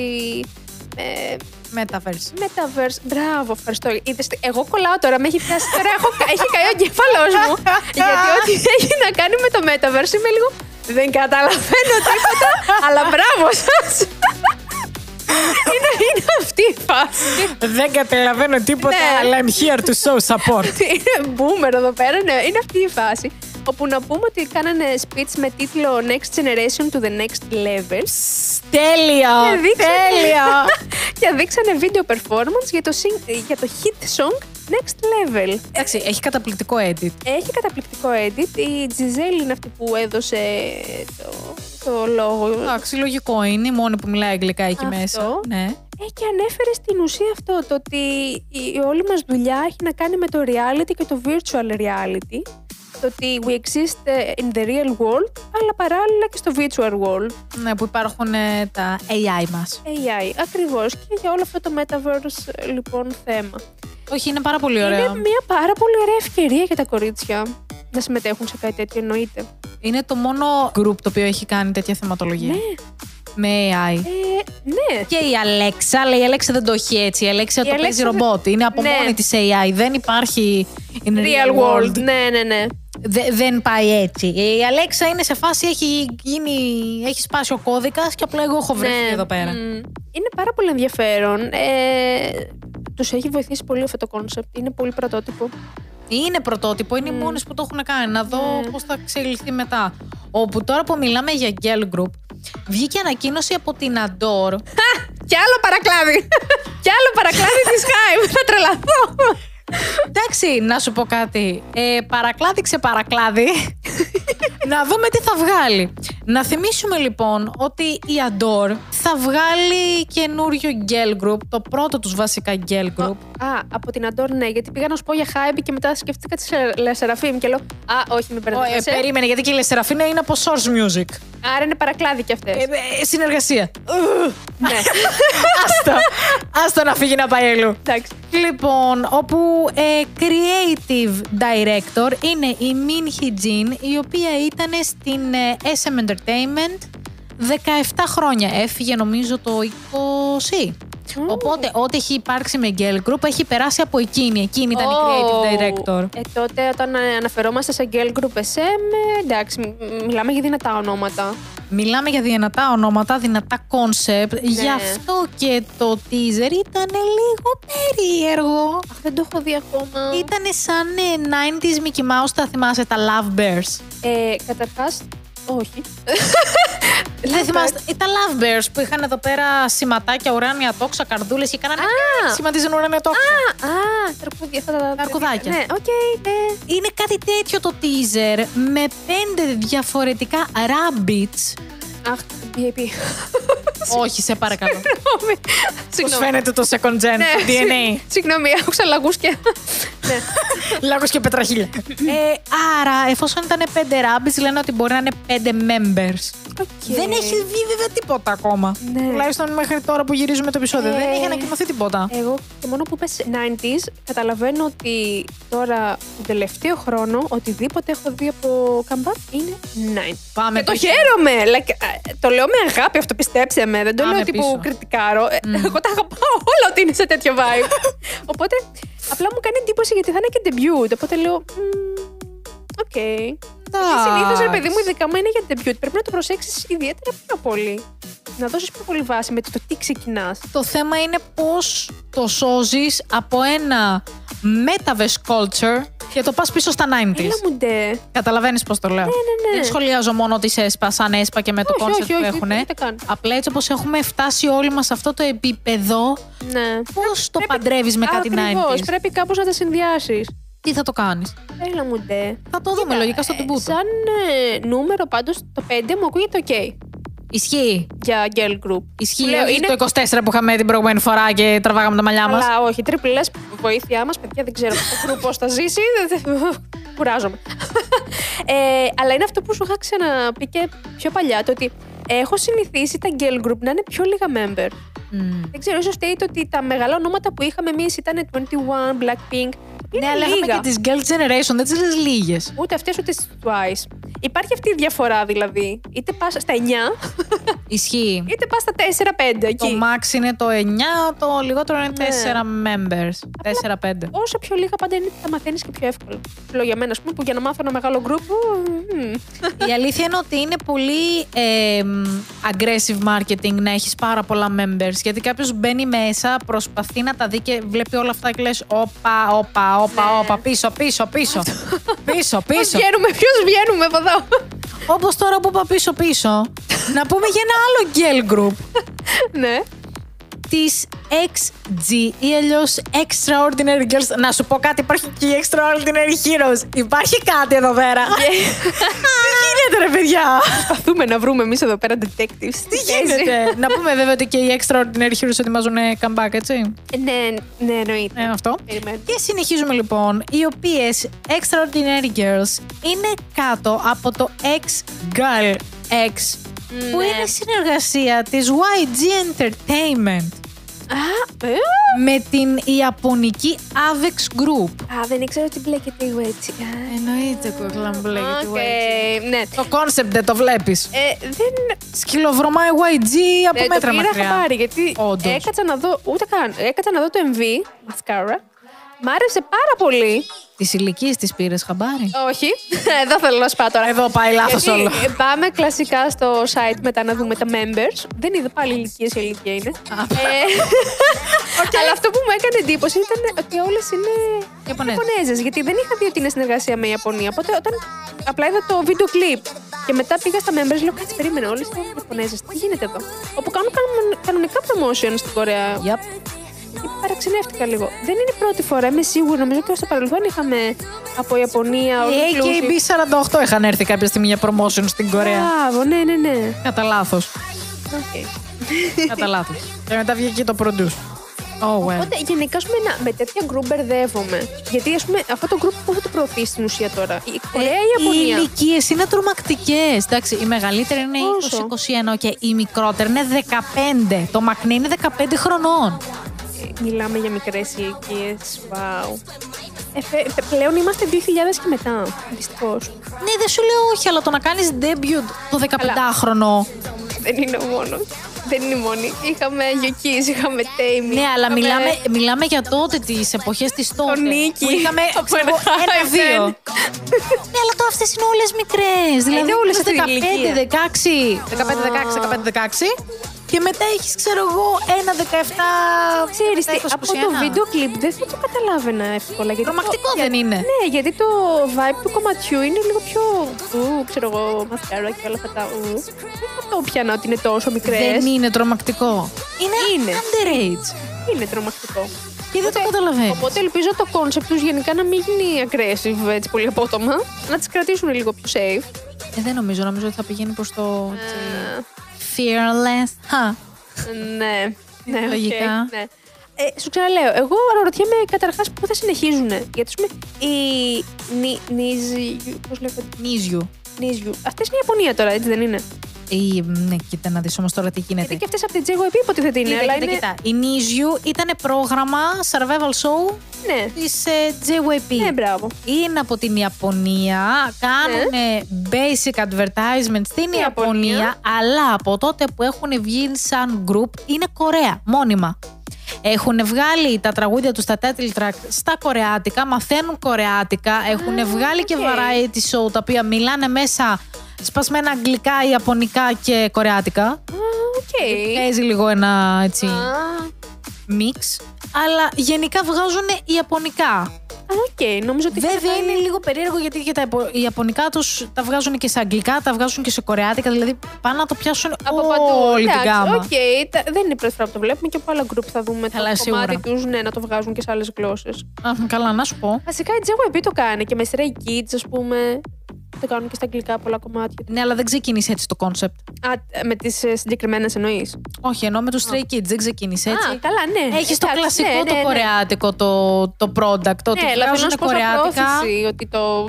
ε, Metaverse. Metaverse. Μπράβο, ευχαριστώ. Είδες, τι- εγώ κολλάω τώρα, με έχει πιάσει. Τώρα έχω, κα- έχει καεί ο εγκέφαλός μου. γιατί ό,τι έχει να κάνει με το Metaverse είμαι λίγο. Δεν καταλαβαίνω τίποτα, αλλά μπράβο σας. είναι, είναι αυτή η φάση. Δεν καταλαβαίνω τίποτα, Ναι. αλλά I'm here to show support. είναι boomer εδώ πέρα, ναι, είναι αυτή η φάση. Όπου να πούμε ότι κάνανε speech με τίτλο Next Generation to the Next Level. τέλεια! Και δείξανε- Τέλεια! και δείξανε video performance για το, sing- για το hit song Next Level. Εντάξει, έχει καταπληκτικό edit. Έχει καταπληκτικό edit. Η Τζιζέλ είναι αυτή που έδωσε το, το λόγο. Εντάξει, λογικό είναι. Η μόνη που μιλάει αγγλικά εκεί Αυτό. μέσα. Ναι. Ε, και ανέφερε στην ουσία αυτό, το ότι η, η όλη μας δουλειά έχει να κάνει με το reality και το virtual reality. Το ότι we exist ε, in the real world, αλλά παράλληλα και στο virtual world. ναι, που υπάρχουν ε, τα AI μας. AI, ακριβώς. Και για όλο αυτό το metaverse, ε, λοιπόν, θέμα. Όχι, είναι πάρα πολύ ωραίο. Είναι Είναι, μια πάρα πολύ ωραία ευκαιρία για τα κορίτσια να συμμετέχουν σε κάτι τέτοιο, εννοείται. το μόνο group το οποίο έχει κάνει τέτοια θεματολογία. Ναι, Με AI. ε, ναι. Και η Αλέξα, αλλά η Αλέξα δεν το έχει έτσι. Η Αλέξα το Alexa παίζει δεν- ρομπότ. Είναι από Ναι. μόνη της AI. Δεν υπάρχει. in Real world, ναι, ναι, ναι. Δε- δεν πάει έτσι. Η Αλέξα είναι σε φάση, έχει, γίνει, έχει σπάσει ο κώδικας και απλά εγώ έχω βρεθεί Ναι. εδώ πέρα. Μμ. Είναι πάρα πολύ ενδιαφέρον. Ε, τους έχει βοηθήσει πολύ αυτό το κόνσεπτ. Είναι πολύ πρωτότυπο. Είναι πρωτότυπο, είναι οι μόνες που το έχουν κάνει. Να δω Ναι. πώς θα εξελιχθεί μετά. Όπου τώρα που μιλάμε για girl group, βγήκε ανακοίνωση από την Adore. Κι άλλο παρακλάδι! Κι άλλο παρακλάδι της Skype. Θα τρελαθώ! Εντάξει, να σου πω κάτι. Ε, παρακλάδι ξεπαρακλάδι. να δούμε τι θα βγάλει. Να θυμίσουμε λοιπόν ότι η Adore θα βγάλει καινούριο girl group, το πρώτο τους βασικά girl group. Α, από την Αντόρ, ναι, γιατί πήγα να σου πω για Hype και μετά σκέφτηκα τη Σε- Λεσεραφείμ και λέω Α, όχι, με Ω, ε, μπερδεύεσαι. περίμενε, γιατί και η Λεσσεραφίνα είναι από Source Music. Άρα είναι παρακλάδι κι Ε, αυτές. ε, συνεργασία. ναι, Άστα. Άστα να φύγει να πάει αλλού. εντάξει. Λοιπόν, όπου ε, creative director είναι η Min Hee Jin, η οποία ήταν στην ε, SM Entertainment 17 χρόνια. Έφυγε νομίζω το 20. Οπότε, ό,τι έχει υπάρξει με girl group έχει περάσει από εκείνη. Εκείνη ήταν η creative director. Ε, τότε όταν ε, αναφερόμαστε σε girl group SM, ε, εντάξει, μ- μιλάμε για δυνατά ονόματα. Μιλάμε για δυνατά ονόματα, δυνατά concept. Ναι. Γι' αυτό και το teaser ήταν λίγο περίεργο. Αχ, δεν το έχω δει ακόμα. Ήταν σαν ε, 90s Mickey Mouse, τα θυμάσαι, τα Love Bears. Ε, καταρχάς, όχι. Δεν θυμάστε. ε, Τα Love Bears που είχαν εδώ πέρα σηματάκια, ουράνια τόξα, καρδούλες και κάνανε. Σηματίζουν ουράνια τόξα. Α, α, τραγούδια αυτά τα... αρκουδάκια. Ναι, οκ, ναι. Είναι κάτι τέτοιο το teaser με πέντε διαφορετικά rabbits Αχ, VIP. Όχι, σε παρακαλώ. Πώ Συγγνώμη. φαίνεται το second gen Ναι, DNA. Συγγνώμη, άκουσα λαγού και. Ναι. Λάγος και πετραχίλια. ε, άρα, εφόσον ήταν πέντε ράμπι, λένε ότι μπορεί να είναι πέντε members. Οκ. Δεν έχει βγει βέβαια τίποτα ακόμα. Ναι. Τουλάχιστον μέχρι τώρα που γυρίζουμε το επεισόδιο. Ε. Δεν έχει ανακοινωθεί τίποτα. Εγώ και μόνο που πες 90s, καταλαβαίνω ότι τώρα τον τελευταίο χρόνο οτιδήποτε έχω δει από comeback είναι 90s. Πάμε Και το πίσω. χαίρομαι! Like, α, το λέω με αγάπη αυτό, πιστέψτε με. Δεν το Πάμε λέω τύπου πίσω. κριτικάρω. Ε, Mm. Εγώ τα αγαπάω όλα ότι είναι σε τέτοιο vibe. Οπότε απλά μου κάνει εντύπωση γιατί θα είναι και debut. Οπότε λέω. «Μμμ, Οκ. Συνήθως, ρε παιδί μου, ειδικά μου είναι για debut. Πρέπει να το προσέξεις ιδιαίτερα πιο πολύ. Να δώσεις πιο πολύ βάση με το, το τι ξεκινάς. Το θέμα είναι πώς το σώζεις από ένα metaverse culture και το πας πίσω στα 90s. Έλα μου ντε. Καταλαβαίνεις πώς το λέω. ναι, ναι. Δεν σχολιάζω μόνο ότι σε έσπα σαν έσπα και με το Όχι, concept όχι, που όχι, έχουν. ούτε καν. Απλά έτσι όπως έχουμε φτάσει όλοι μας σε αυτό το επίπεδο, Ναι. πώς το παντρεύεις με κάτι 90s. πρέπει κάπως να τα συνδυάσεις. Τι θα το κάνεις. Έλα μου ντε. Θα το δούμε λογικά στο Ε, τυμπούτο. Σαν ε, νούμερο πάντως το 5 μου ακούγεται OK Ισχύει. για girl group. Ισχύει Λέω, όχι είναι- το 24 που είχαμε την προηγούμενη φορά και τραβάγαμε τα μαλλιά μας. Αλλά όχι, τριπλέ βοήθειά μας, παιδιά, δεν ξέρω το group πώς θα ζήσει. δεν- δεν- Κουράζομαι. ε, αλλά είναι αυτό που σου είχα ξαναπεί και πιο παλιά, το ότι έχω συνηθίσει τα girl group να είναι πιο λίγα member. Μμμ. Δεν ξέρω, ίσως φταίει το ότι τα μεγάλα ονόματα που είχαμε εμείς ήταν 21, Blackpink. Είναι Ναι, αλλά είχαμε λίγα. και τις girl generation, δεν τις λες λίγες. Ούτε αυτές ούτε στι Twice. Υπάρχει αυτή η διαφορά δηλαδή. Είτε πας στα 9, Ισχύει. είτε πας στα 4-5 Το εκεί. Ναι. max είναι το 9, το λιγότερο είναι 4 members. 4-5. Όσο πιο λίγα πάντα είναι, τα μαθαίνεις και πιο εύκολα. Λέω για μένα, ας πούμε, που για να μάθω ένα μεγάλο group. μμμ. Η αλήθεια είναι ότι είναι πολύ ε, μ, aggressive marketing να έχεις πάρα πολλά members. Γιατί κάποιος μπαίνει μέσα, προσπαθεί να τα δει και βλέπει όλα αυτά και λες όπα, όπα, όπα, Ναι. όπα, πίσω, πίσω, πίσω. πίσω, Πώς πίσω. βγαίνουμε, ποιος βγαίνουμε από εδώ. Όπως τώρα που είπα πίσω, πίσω, να πούμε για ένα άλλο girl group. ναι. Της XG ή αλλιώς Extraordinary Girls. Να σου πω κάτι, υπάρχει και η Extraordinary Heroes. Υπάρχει κάτι εδώ πέρα. Τι γίνεται, ρε παιδιά. Προσπαθούμε να βρούμε εμείς εδώ πέρα detectives. Τι γίνεται. Να πούμε βέβαια ότι και οι Extraordinary Heroes ετοιμάζουν ε, comeback, έτσι. ναι, ναι, εννοείται. Ε, αυτό. Περιμένω. Και συνεχίζουμε λοιπόν, οι οποίες Extraordinary Girls είναι κάτω από το X-Girl X, που Ναι. είναι συνεργασία της YG Entertainment Α, ε, με την Ιαπωνική Avex Group. α, δεν ήξερα ότι μπλέκεται εγώ έτσι. Α, Εννοείται κούκλα μου οκ, ναι. Το κόνσεπτ δεν το βλέπεις. Ε, δεν Σκυλοβρωμάει YG από Ε, μέτρα το πήρα μακριά. χαμπάρι, γιατί Όντως. έκατσα να δω, ούτε καν, έκατσα να δω το MV, Mascara. Μ' άρεσε πάρα πολύ. Της ηλικίας της πήρες χαμπάρι. Όχι, εδώ θέλω να σπάω τώρα. Εδώ πάει λάθος Γιατί, όλο. ε, Πάμε κλασικά στο site μετά να δούμε τα members. Δεν είδα πάλι ηλικίες η ηλικία είναι. Ε, Αλλά αυτό που μου έκανε εντύπωση ήταν ότι όλες είναι Ιαπωνέζες. Ιαπωνέζες. Γιατί δεν είχα δει ότι είναι συνεργασία με Ιαπωνία. Οπότε όταν απλά είδα το βίντεο κλιπ και μετά πήγα στα members, λέω κάτσε περίμενε. Όλε είναι Ιαπωνέζες. Τι γίνεται εδώ. Όπου κάνουν κανον- κανονικά promotion στην Κορέα. Yep. Και Παραξενεύτηκα λίγο. Δεν είναι η πρώτη φορά, είμαι σίγουρη. Νομίζω ότι στο παρελθόν είχαμε από Ιαπωνία. all Οι inclusive. AKB48 είχαν έρθει κάποια στιγμή για promotion στην Κορέα. Μπράβο, ναι, ναι, ναι. Κατά λάθος. Οκ. Κατά λάθος. Και μετά βγήκε και το produce. Oh, well. Οπότε γενικά ας πούμε, να, με τέτοια group μπερδεύομαι. Γιατί ας πούμε, αυτό το group που θα το προωθεί στην ουσία τώρα. Η Κορέα ή Ε, η Οι Ιαπωνία. ηλικίες είναι τρομακτικές. Εντάξει, η μεγαλύτερη είναι Πόσο? 20-21 και η μικρότερη είναι 15. Το μακνί είναι 15 χρονών. Μιλάμε για μικρές ηλικίες. Wow. Ε, φε- πε- πλέον είμαστε 2000 και μετά. Δυστυχώς. Ναι, δεν σου λέω όχι, αλλά το να κάνεις debut το 15χρονο. Δεν είναι ο μόνος. Δεν είναι η μόνη. Είχαμε Γιωκή, είχαμε Τέιμι. Ναι, αλλά είχαμε μιλάμε, μιλάμε για τότε τις εποχές της τότε. Τον Νίκη. που Είχαμε από ξέρω εγώ, ένα-δύο. Ναι, αλλά τώρα αυτές είναι όλες μικρές. Δηλαδή, Ε, είναι όλες όλες αυτή την 15, 16. 15, 16, 15, 16. Και μετά έχεις, ξέρω εγώ, ένα 17. Ξέρεις τι, 20, από το 21. βίντεο κλιπ δεν θα το καταλάβαινα εύκολα. γιατί το- Τρομακτικό δεν γιατί- είναι. Ναι, γιατί το vibe του κομματιού είναι λίγο πιο. Ου, ξέρω εγώ, μασκάρα και όλα αυτά. τα Ου. Δεν το πιάνα ότι είναι τόσο μικρές. Δεν είναι τρομακτικό. Είναι, Είναι. underage. είναι τρομακτικό. Και δεν το καταλαβαίνεις. Οπότε ελπίζω το concept τους γενικά να μην γίνει aggressive έτσι πολύ απότομα. Να τις κρατήσουν λίγο πιο safe. Ε, δεν νομίζω, νομίζω ότι θα πηγαίνει προς το... έτσι, Ε, Fearless. Χα. Ναι. Ναι, οκ, Λογικά. ναι. Ε, σου ξαναλέω, εγώ αναρωτιέμαι καταρχάς πού θα συνεχίζουν. Γιατί, ας πούμε, οι νι, νίζι. Πώς λέγονται. Νίζιου. Νίζιου. Αυτές είναι η Ιαπωνία τώρα, έτσι δεν είναι. Ή, ναι, κοίτα να δεις όμως τώρα τι γίνεται. Γιατί και αυτές από την JYP υποτίθεται είναι. Κοίτα, αλλά κοίτα, είναι. κοίτα. Η Νίζιου ήταν πρόγραμμα survival show Ναι, της ε, JYP. ναι, μπράβο. είναι από την Ιαπωνία, κάνουν basic advertisement στην Η Ιαπωνία, Ε. Ιαπωνία. αλλά από τότε που έχουν βγει σαν group είναι Κορέα, μόνιμα. Έχουν βγάλει τα τραγούδια τους, τα title track στα κορεάτικα, μαθαίνουν κορεάτικα, έχουν βγάλει και οκ. variety show τα οποία μιλάνε μέσα σπασμένα αγγλικά, ιαπωνικά και κορεάτικα. Α, Οκ. Παίζει λίγο ένα έτσι Α, μίξ, αλλά γενικά βγάζουν ιαπωνικά. Οκ, νομίζω ότι. Βέβαια κρατάει- είναι λίγο περίεργο γιατί και τα ιαπω- οι Ιαπωνικά τους τα βγάζουν και σε Αγγλικά, τα βγάζουν και σε Κορεάτικα. Δηλαδή πάνε να το πιάσουν από παντού. όλη την Εντάξει, γάμα. Οκ, τα- δεν είναι η πρώτη φορά που το βλέπουμε και από άλλα group θα δούμε Καλά, το κομμάτι σίγουρα. του ναι, να το βγάζουν και σε άλλες γλώσσες. Α, καλά, να σου πω. Βασικά η JYP το κάνει και με Stray Kids, ας πούμε. Το κάνουν και στα αγγλικά πολλά κομμάτια. Ναι, αλλά δεν ξεκίνησε έτσι το κόνσεπτ. Α, με ε, τι συγκεκριμένες εννοείς. Όχι, ενώ με τους Stray Kids δεν ξεκίνησε έτσι. Α, καλά, ναι. Έχεις το Εντάξει, κλασικό ναι, ναι, το ναι. κορεάτικο το, το product. Το ότι Ναι, αλλά βγάζουν θέλω να σου πω σαν κορεάτικα. πρόθεση ότι το.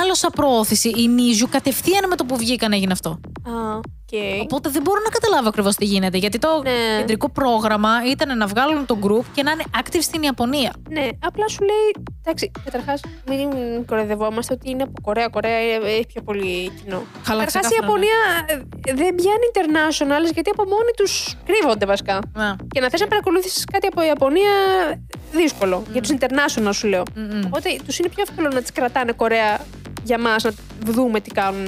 Άλλος απρόθεση. Η Νίζιου κατευθείαν με το που βγήκαν έγινε αυτό. Α, οκ. Οπότε δεν μπορώ να καταλάβω ακριβώς τι γίνεται. Γιατί το Ναι. κεντρικό πρόγραμμα ήταν να βγάλουν το group και να είναι active στην Ιαπωνία. Ναι, απλά σου λέει. Εντάξει, καταρχάς, μην κοροϊδευόμαστε ότι είναι από Κορέα. Κορέα ε, έχει πιο πολύ κοινό. Καλά, Καταρχάς, η ξεκάθαρα, ναι. Ιαπωνία ε, δεν πιάνει internationals γιατί από μόνοι τους κρύβονται βασικά. Ναι. Και να θες να παρακολουθήσει κάτι από Ιαπωνία, δύσκολο. Mm. Για τους international σου λέω. Μμμ. Οπότε τους είναι πιο εύκολο να τις κρατάνε Κορέα για μας να δούμε τι κάνουν.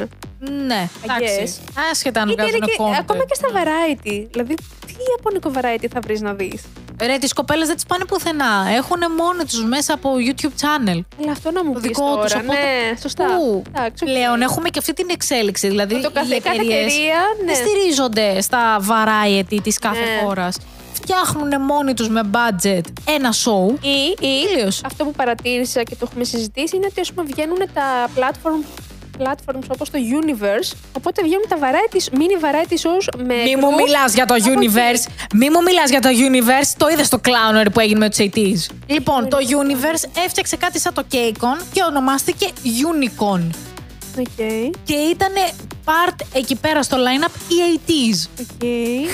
Ναι, εντάξει. Άσχετα αν Είτε είναι βγάζουν και, content. ακόμα και στα variety. Δηλαδή, τι Ιαπωνικό variety θα βρεις να δεις. Ρε, τις κοπέλες δεν τις πάνε πουθενά. Έχουν μόνοι τους μέσα από YouTube channel. Αλλά αυτό να μου πεις δικό τώρα. τους, οπότε ναι, σωστά. Πού Εντάξει, οκ. πλέον έχουμε και αυτή την εξέλιξη. Δηλαδή, Το κάθε, οι κάθε εταιρείες εταιρεία, ναι. δεν στηρίζονται στα variety της κάθε Ναι. χώρας. Φτιάχνουν μόνοι τους με budget ένα show. Ή, ή Τελείως. αυτό που παρατήρησα και το έχουμε συζητήσει είναι ότι ας πούμε, βγαίνουν τα platform, platforms όπως το Universe, οπότε βγαίνουν τα variety, mini variety shows με Μη μου group. μιλάς για το Από εκεί. Universe. Μη μου μιλάς για το Universe. Το είδες το Clowner που έγινε με τους ATs. Λοιπόν, το Universe έφτιαξε κάτι σαν το Cacon και ονομάστηκε Unicorn. Οκ, και ήταν part εκεί πέρα στο line-up οι 80s. οκ.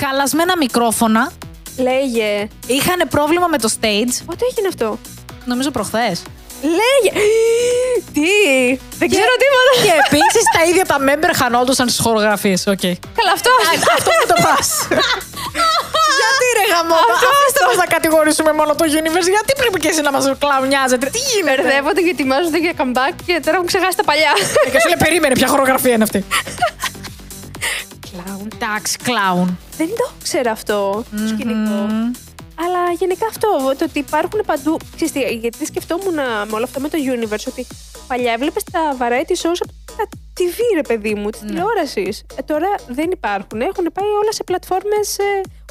Χαλασμένα μικρόφωνα, Λέγε. είχαν πρόβλημα με το stage, Πότε έγινε αυτό. νομίζω προχθές. Λέγε. Τι. Δεν ξέρω τίποτα. Και επίσης τα ίδια τα member χανόντουσαν στις χορογραφίες. Οκ. Καλά, αυτό. Αυτό που το πας. γιατί ρε γαμό, αυτό δεν να κατηγορήσουμε μόνο το universe. Γιατί πρέπει και εσύ να μας κλαμιάζετε, τι γίνεται. Μπερδεύονται και ετοιμάζονται για comeback και τώρα έχουν ξεχάσει τα παλιά. Και σου λέει, περίμενε, ποια χορογραφία είναι αυτή. Κλάουν. Εντάξει, κλάουν. Δεν το ήξερα αυτό το σκηνικό. Αλλά γενικά αυτό, το ότι υπάρχουν παντού. Ξέρεις, τι, γιατί σκεφτόμουν με όλο αυτό με το universe, ότι παλιά έβλεπες τα variety shows από τα TV, ρε παιδί μου, της τηλεόρασης. Ε, τώρα δεν υπάρχουν. Έχουν πάει όλα σε πλατφόρμες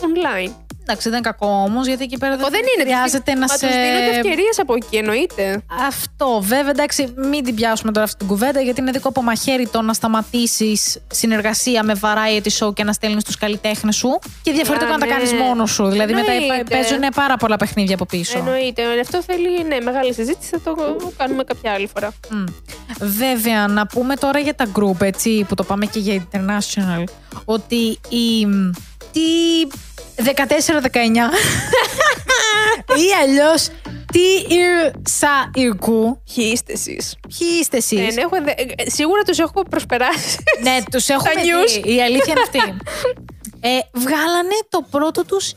online. Εντάξει, δεν είναι κακό όμως, γιατί εκεί πέρα Εγώ δεν είναι. τους χρειάζεται δι- να μα σε. τους δίνονται ευκαιρίες από εκεί, εννοείται. Αυτό, βέβαια, εντάξει, μην την πιάσουμε τώρα αυτή την κουβέντα, γιατί είναι δικό από μαχαίρι το να σταματήσεις συνεργασία με variety show και να στέλνεις τους καλλιτέχνες σου. Και διαφορετικό Α, να τα ναι. κάνεις μόνος σου. Δηλαδή, μετά Εννοείται. υπά- παίζουν πάρα πολλά παιχνίδια από πίσω. Ναι, Εννοείται. Αυτό θέλει ναι, μεγάλη συζήτηση. Θα το κάνουμε κάποια άλλη φορά. Μμ. Βέβαια, να πούμε τώρα για τα group, έτσι, που το πάμε και για international, ότι η. Τι. 14-19. ή αλλιώς. Τι ήρσα ήρκου. Ποιοι είστε εσείς. Ποιοι είστε εσείς. Ε, ναι, Σίγουρα τους έχω προσπεράσει. Ναι, τους έχουμε Τα news. δει. Η αλήθεια είναι αυτή. Ε, βγάλανε το πρώτο τους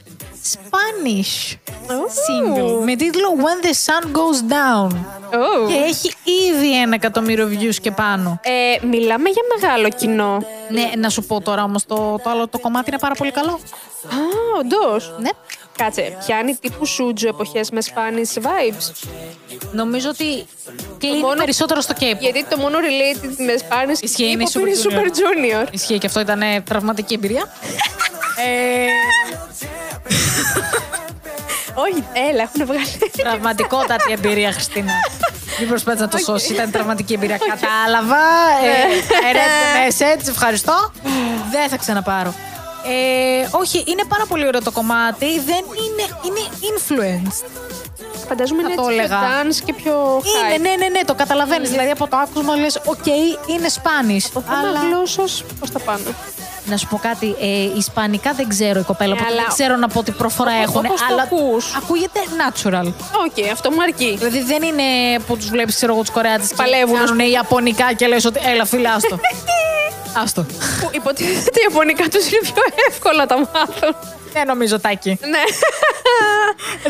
Spanish single με τίτλο When the Sun Goes Down Ω. και έχει ήδη ένα εκατομμύριο views και πάνω. Ε, μιλάμε για μεγάλο κοινό. Ναι, να σου πω τώρα όμως το, το άλλο το κομμάτι είναι πάρα πολύ καλό. Α, όντως. Ναι. Κάτσε, πιάνει τύπου σούτζο εποχές με Spanish vibes. Νομίζω ότι κλείνει μόνο- περισσότερο στο K-pop. Γιατί το μόνο related με Spanish Ισχύει, είναι K-pop Super είναι Junior. Super Junior. Ισχύει και αυτό ήταν ε, τραυματική εμπειρία. ε, Όχι, έλα, έχουν βγάλει. τραυματικότατη εμπειρία, Χριστίνα. Μην προσπάθησε να το σώσεις. Ήταν τραυματική εμπειρία. Κατάλαβα. Ε, Ερεύτονες έτσι. Ευχαριστώ. Δεν θα ξαναπάρω. Ε, όχι, είναι πάρα πολύ ωραίο το κομμάτι. Δεν είναι, είναι influenced. Φαντάζομαι είναι το έτσι πιο έλεγα. dance και πιο high. Είναι, ναι, ναι, ναι, το καταλαβαίνεις. Δηλαδή από το άκουσμα λες, οκ, είναι σπάνις. Το θέμα Αλλά γλώσσος, πώς θα πάνε. να σου πω κάτι, ε, ισπανικά δεν ξέρω η κοπέλα, οπότε αλλά- δεν ξέρω να πω τι προφορά έχουν. όπως το αλλά ακούς. ακούγεται natural. Οκ, αυτό μου αρκεί. Δηλαδή δεν είναι που τους βλέπεις, ξέρω εγώ, τους Κορεάτες. Παλεύουν, ας Κάνουν Ιαπωνικά και λες ότι έλα, φίλε, άστο. άστο. Που υποτίθεται οι Ιαπωνικά τους είναι πιο εύκολο να τα μάθουν. δεν νομίζω, Τάκη. Ναι.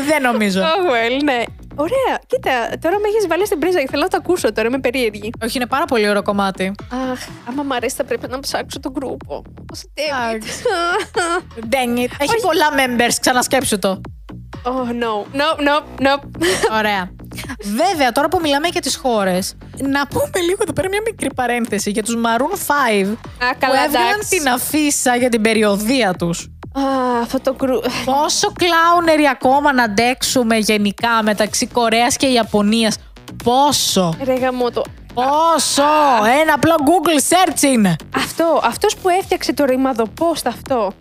δεν νομίζω. Oh well, ναι. Ωραία, κοίτα, τώρα με έχεις βάλει στην πρίζα και θέλω να το ακούσω τώρα, είμαι περίεργη. όχι, είναι πάρα πολύ ωραίο κομμάτι. Αχ, άμα μ' αρέσει θα πρέπει να ψάξω τον γκρούπο. Όπως η David. Εντάξει. Dang it. Έχει πολλά members, ξανασκέψου το. Oh no, no, no, no. Ωραία. Βέβαια, τώρα που μιλάμε για τις χώρες, να πούμε λίγο εδώ πέρα μια μικρή παρένθεση για τους Maroon 5 Α, που καλά, έβγαλαν εντάξει. την αφίσα για την περιοδία τους. Α, αυτό το γκρου... Πόσο κλάουνερι ακόμα να αντέξουμε γενικά μεταξύ Κορέας και Ιαπωνίας. Πόσο! Ρε γαμώτο. Πόσο! Ένα απλό Google search είναι. Αυτό, αυτός που έφτιαξε το ρημαδοπόστ αυτό.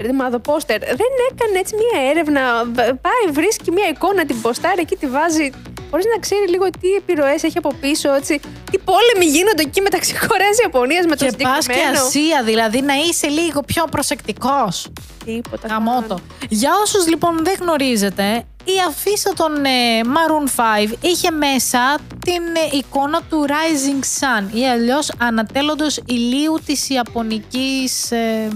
Ρημαδοπόστερ. Δεν έκανε έτσι μία έρευνα. Β- Πάει, βρίσκει μία εικόνα, την ποστάρει εκεί, τη βάζει. Χωρίς να ξέρει λίγο τι επιρροές έχει από πίσω, έτσι. Τι πόλεμοι γίνονται εκεί μεταξύ Κορέας και Ιαπωνίας με το Και πας και συγκεκριμένο. Ασία, δηλαδή να είσαι λίγο πιο προσεκτικός. Τίποτα. Γαμώτο. Για όσους λοιπόν δεν γνωρίζετε, η αφίσα των ε, Maroon 5 είχε μέσα την ε, εικόνα του Rising Sun ή αλλιώς ανατέλλοντος ηλίου της Ιαπωνικής ε,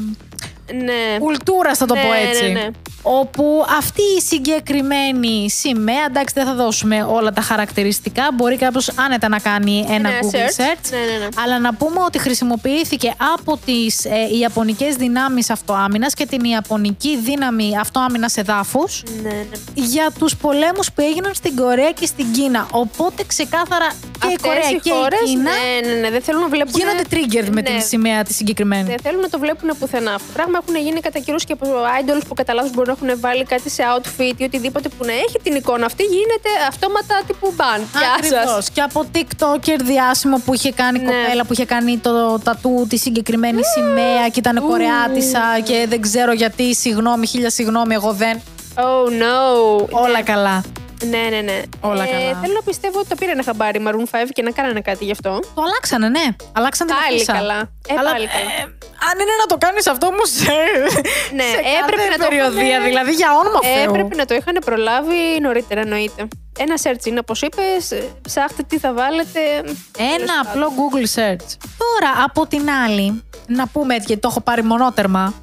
Ναι. κουλτούρα, θα το Ναι, πω έτσι. ναι, ναι. Όπου αυτή η συγκεκριμένη σημαία, εντάξει δεν θα δώσουμε όλα τα χαρακτηριστικά, μπορεί κάποιος άνετα να κάνει ένα Ένα Google search. search, Ναι, ναι, ναι. αλλά να πούμε ότι χρησιμοποιήθηκε από τις ε, Ιαπωνικές δυνάμεις αυτοάμυνας και την Ιαπωνική δύναμη αυτοάμυνας εδάφους Ναι, ναι. για τους πολέμους που έγιναν στην Κορέα και στην Κίνα. Οπότε ξεκάθαρα και η Αυτές Κορέα οι και χώρες, η Κίνα Ναι, ναι, ναι. Δεν θέλουν να βλέπουν. γίνονται triggered με ναι. την σημαία τη συγκεκριμένη. Δεν θέλουν να το βλέπουν πουθενά. Αυτό το πράγμα έχουν γίνει κατά καιρούς και από idols που κατά λάθος μπορεί να έχουν βάλει κάτι σε outfit ή οτιδήποτε που να έχει την εικόνα αυτή γίνεται αυτόματα τύπου ban. Γεια σας. Ακριβώς. Και από TikToker διάσημο που είχε κάνει Ναι. κοπέλα που είχε κάνει το τατού της συγκεκριμένη σημαία και ήταν Κορεάτισσα και δεν ξέρω γιατί. Συγγνώμη, χίλια συγγνώμη, εγώ δεν. Oh no. Όλα καλά. Ναι, ναι, ναι. Όλα καλά. Θέλω να πιστεύω ότι το πήρε ένα χαμπάρι Maroon 5 και να κάνανε κάτι γι' αυτό. Το αλλάξανε, ναι. Αλλάξανε την Πάλι αφίσα. καλά. Ε, Αλλά, πάλι καλά. ε, αν είναι να το κάνεις αυτό, όμως. Ναι, έπρεπε να το περιοδία, έχουνε- δηλαδή για όνομα Ε, Θεού. Έπρεπε να το είχαν προλάβει νωρίτερα, εννοείται. Ένα search είναι, όπως είπες, ψάχτε τι θα βάλετε. Ένα απλό Google search. Τώρα, από την άλλη, να πούμε έτσι, γιατί το έχω πάρει μονότερμα.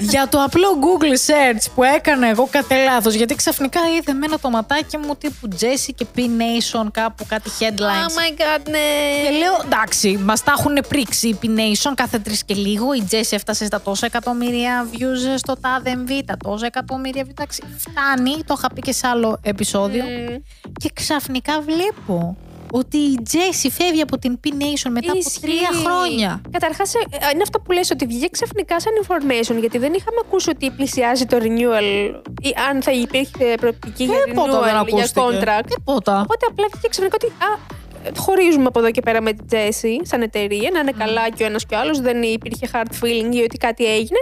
για το απλό Google search που έκανα εγώ κατά λάθος, γιατί ξαφνικά είδε με ένα τοματάκι μου τύπου Jesse και P Nation, κάπου κάτι Oh headlines. my god, ναι. Και λέω, εντάξει, μας τα έχουν πρίξει η P Nation κάθε τρεις και λίγο. Η Jesse έφτασε στα τόσα εκατομμύρια views στο τάδε MV, τα τόσα εκατομμύρια views. Εντάξει, φτάνει, το είχα πει και σε άλλο επεισόδιο. Μμμ. Και ξαφνικά βλέπω ότι η Τζέσι φεύγει από την P Nation μετά από Ισχύει. τρία χρόνια. Καταρχάς, είναι αυτό που λες ότι βγήκε ξαφνικά σαν information, γιατί δεν είχαμε ακούσει ότι πλησιάζει το renewal ή αν θα υπήρχε Ε, προοπτική για renewal για contract. Τίποτα. Οπότε απλά βγήκε ξαφνικά ότι α, ε, χωρίζουμε από εδώ και πέρα με την Τζέσι σαν εταιρεία, να είναι καλά και ο ένας και ο άλλος, δεν υπήρχε hard feeling ή ότι κάτι έγινε.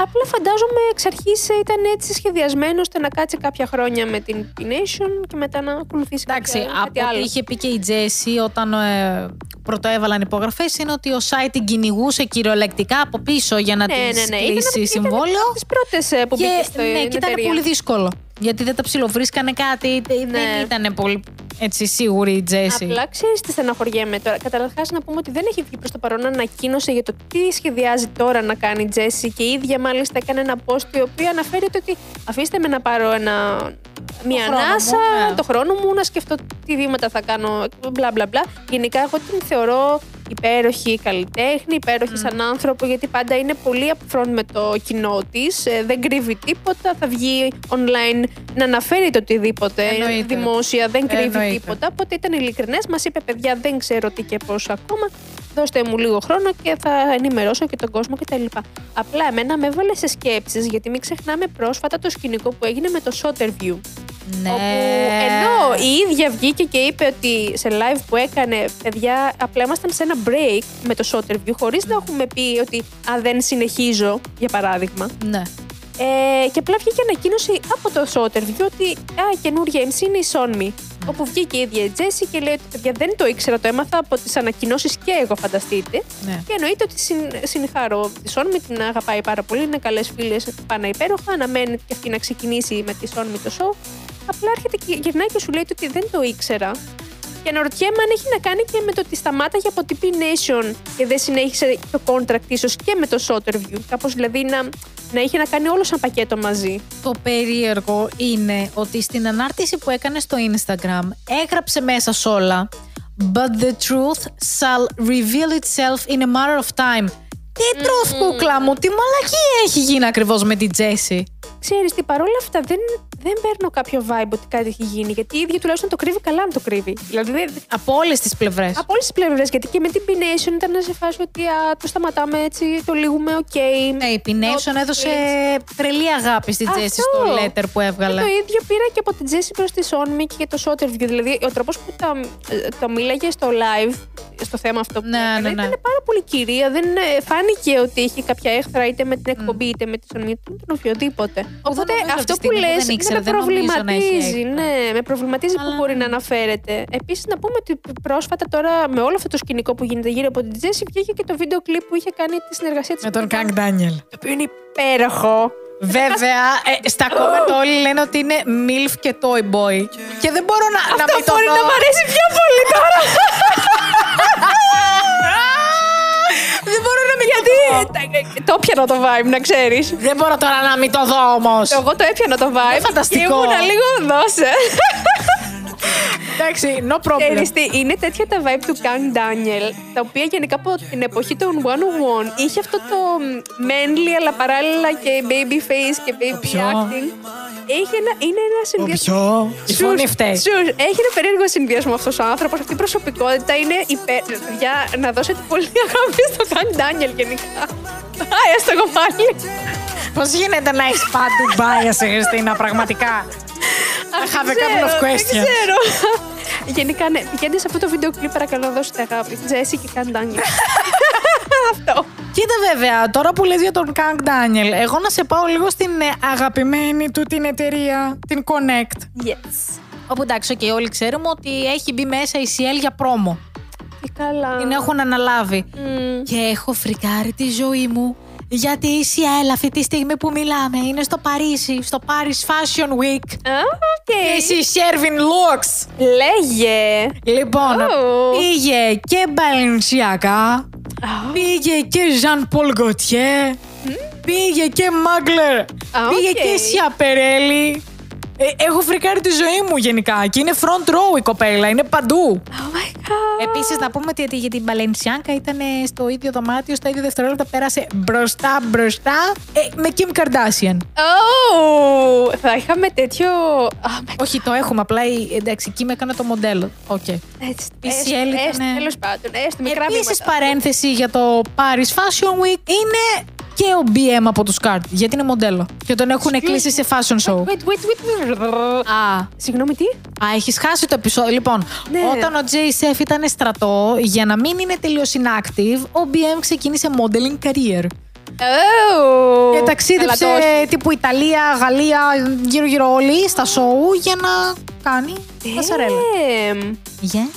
Απλά φαντάζομαι εξ αρχής ήταν έτσι σχεδιασμένο ώστε να κάτσει κάποια χρόνια με την P Nation και μετά να ακολουθήσει Εντάξει, κάτι, από κάτι ό,τι άλλο. είχε πει και η Τζέσι όταν ε, πρωτοέβαλαν υπογραφές, είναι ότι ο site την κυνηγούσε κυριολεκτικά από πίσω για να Ναι, ναι, της ναι. κλείσει συμβόλαιο. Τις πρώτες ε, που μπήκε Και, στο ναι, και ήταν εταιρεία. πολύ δύσκολο. Γιατί δεν τα ψιλοβρίσκανε κάτι, τε- Ναι. δεν ήταν πολύ έτσι, σίγουρη η Τζέσι. Απλά ξέρεις τι στεναχωριέμαι τώρα. Καταρχάς να πούμε ότι δεν έχει βγει προς το παρόν ανακοίνωση για το τι σχεδιάζει τώρα να κάνει η Τζέσι και η ίδια μάλιστα έκανε ένα post το οποίο αναφέρεται ότι αφήστε με να πάρω ένα, μια χρόνο μου, ανάσα, ναι. το χρόνο μου, να σκεφτώ τι βήματα θα κάνω, μπλα μπλα μπλα. Γενικά εγώ την θεωρώ υπέροχη καλλιτέχνη, υπέροχη Mm. σαν άνθρωπο, γιατί πάντα είναι πολύ upfront με το κοινό της. Δεν κρύβει τίποτα, θα βγει online να αναφέρει το οτιδήποτε Εννοείται. δημόσια, δεν κρύβει Εννοείται. τίποτα τίποτα. Οπότε ήταν ειλικρινές. Μας είπε, παιδιά, δεν ξέρω τι και πώς ακόμα. Δώστε μου λίγο χρόνο και θα ενημερώσω και τον κόσμο κτλ. Απλά εμένα με έβαλε σε σκέψεις, γιατί μην ξεχνάμε πρόσφατα το σκηνικό που έγινε με το Soterview. Ναι. Όπου ενώ η ίδια βγήκε και είπε ότι σε live που έκανε, παιδιά, απλά ήμασταν σε ένα break με το Sotterview, χωρίς να έχουμε πει ότι αν δεν συνεχίζω, για παράδειγμα. Ναι. Ε, και απλά βγήκε ανακοίνωση από το Sotterview ότι α, καινούργια MC είναι η Sonmi. Όπου βγήκε η ίδια η Τζέσι και λέει ότι παιδιά δεν το ήξερα, το έμαθα από τις ανακοινώσεις και εγώ φανταστείτε. ναι. Και εννοείται ότι συν, συγχαρώ τη Σόνμη, την αγαπάει πάρα πολύ, είναι καλές φίλες, πάνε υπέροχα. Αναμένει και αυτή να ξεκινήσει με τη Σόνμη το show. Απλά έρχεται και γυρνάει και σου λέει ότι δεν το ήξερα. Και αναρωτιέμαι αν έχει να κάνει και με το ότι σταμάταγε από TP Nation και δεν συνέχισε το contract ίσως και με το Sotterview. Κάπως δηλαδή να, να είχε να κάνει όλο σαν πακέτο μαζί. Το περίεργο είναι ότι στην ανάρτηση που έκανε στο Instagram έγραψε μέσα σ' όλα But the truth shall reveal itself in a matter of time. Τι truth, κούκλα μου, τι μαλακή έχει γίνει ακριβώς με την Τζέσι. Ξέρεις τι, παρόλα αυτά δεν, δεν παίρνω κάποιο vibe ότι κάτι έχει γίνει. Γιατί η ίδια τουλάχιστον το κρύβει καλά αν το κρύβει. Δηλαδή δεν- Από όλες τις πλευρές. Από όλες τις πλευρές. Γιατί και με την Pination ήταν να σε φάση ότι α, το σταματάμε έτσι, το λύγουμε, οκ. Ναι, η Pination Το- έδωσε τρελή αγάπη στη Τζέσι Αυτό. στο letter που έβγαλε. Και το ίδιο πήρα και από την Τζέσι προς τη Σόνμη και για το Sotterview. Δηλαδή, ο τρόπος που τα, το μίλαγε στο live, στο θέμα αυτό που Ναι, έκανε, ναι, ναι. ήταν πάρα πολύ κυρία. Δεν ε, φάνηκε ότι είχε κάποια έχθρα είτε με την εκπομπή είτε με τη Σόνμη, είτε με τον οποιοδήποτε. Οπότε νομίζω αυτή αυτό τη που στιγμή λε δεν ήξερα, με δεν νομίζω να έχει προβληματίζει. έχθρα. Ναι, με προβληματίζει Αλλά- ναι. που μπορεί να αναφέρεται. Επίσης, να πούμε ότι πρόσφατα τώρα με όλο αυτό το σκηνικό που γίνεται γύρω από την Τζέσι, βγήκε και το βίντεο κλειπ που είχε κάνει τη συνεργασία της Με τον Κανκ Ντάνιελ. το οποίο είναι υπέροχο. Βέβαια, ε, στα κόμματα όλοι λένε ότι είναι MILF και Toy Boy. Και δεν μπορώ να, να μην το μπορεί δω. να μ' αρέσει πιο πολύ τώρα. Δεν μπορώ να μην Γιατί ε, το έπιανα το vibe, να ξέρεις. Δεν μπορώ τώρα να μην το δω όμως. Εγώ το έπιανα το vibe. Ε, φανταστικό. Και ήμουνα λίγο δώσε. Εντάξει, no problem. Ξέρεις τι, είναι τέτοια τα vibe του Kang Daniel, τα οποία γενικά από την εποχή των 101 είχε αυτό το μ, manly αλλά παράλληλα και baby face και baby ποιο? acting. Έχει ένα, είναι ένα συνδυασμό. Ποιο? Η φωνή φταίει. Σουρ, έχει ένα περίεργο συνδυασμό αυτός ο άνθρωπος. Αυτή η προσωπικότητα είναι υπέρ. Για να δώσετε πολύ αγάπη στο Καν Ντάνιελ γενικά. Α, έστω εγώ πάλι. Πώς γίνεται να έχεις παντού μπάια σε Χριστίνα, πραγματικά. Α, have a δεν ξέρω, couple of questions. Δεν ξέρω. Γενικά, ναι, πηγαίνετε σε αυτό το βίντεο κλειπ, παρακαλώ, δώστε αγάπη. Τζέσι και Καν Ντάνιελ. Αυτό. Κοίτα βέβαια, τώρα που λες για τον Κανκ Ντάνιελ, εγώ να σε πάω λίγο στην ε, αγαπημένη του την εταιρεία, την Connect. Yes. Όπου εντάξει, και όλοι ξέρουμε ότι έχει μπει μέσα η CL για πρόμο. Τι Ε, καλά. Την έχουν αναλάβει. Μμμ. Και έχω φρικάρει τη ζωή μου. Γιατί η CL αυτή τη στιγμή που μιλάμε είναι στο Παρίσι, στο Paris Fashion Week. Α, οκ. Εσύ serving looks. Λέγε. Λοιπόν, Ω. πήγε και Balenciaga, πήγε και Jean Paul Gaultier, πήγε και Mugler, Α, πήγε οκ. και Σιαπερέλη. Ε, έχω φρικάρει τη ζωή μου γενικά και είναι front row η κοπέλα, είναι παντού. Oh my god. Επίσης, να πούμε ότι για την Balenciaga ήταν ε, στο ίδιο δωμάτιο, στα ίδια δευτερόλεπτα, πέρασε μπροστά μπροστά ε, με Kim Kardashian. Oh, θα είχαμε τέτοιο. Oh my Όχι, το έχουμε. Απλά η, εντάξει, η Kim έκανε το μοντέλο. Okay. Έτσι. Η CL ήτανε- Τέλος πάντων, έστω μικρά Επίση, μήματα. παρένθεση για το Paris Fashion Week είναι και ο BM από τους Card. Γιατί είναι μοντέλο. Και τον έχουν κλείσει σε fashion show. Wait, wait, wait. wait. Α, Συγγνώμη, τι. Α, έχεις χάσει το επεισόδιο. Λοιπόν, Ναι. όταν ο JSF ήταν στρατό, για να μην είναι τελείως inactive, ο BM ξεκίνησε modeling career. Oh. Και Καλά, το ταξίδεψε όχι. τύπου Ιταλία, Γαλλία, γύρω-γύρω όλοι στα σοου για να κάνει Ε. πασαρέλα. Damn. Yes.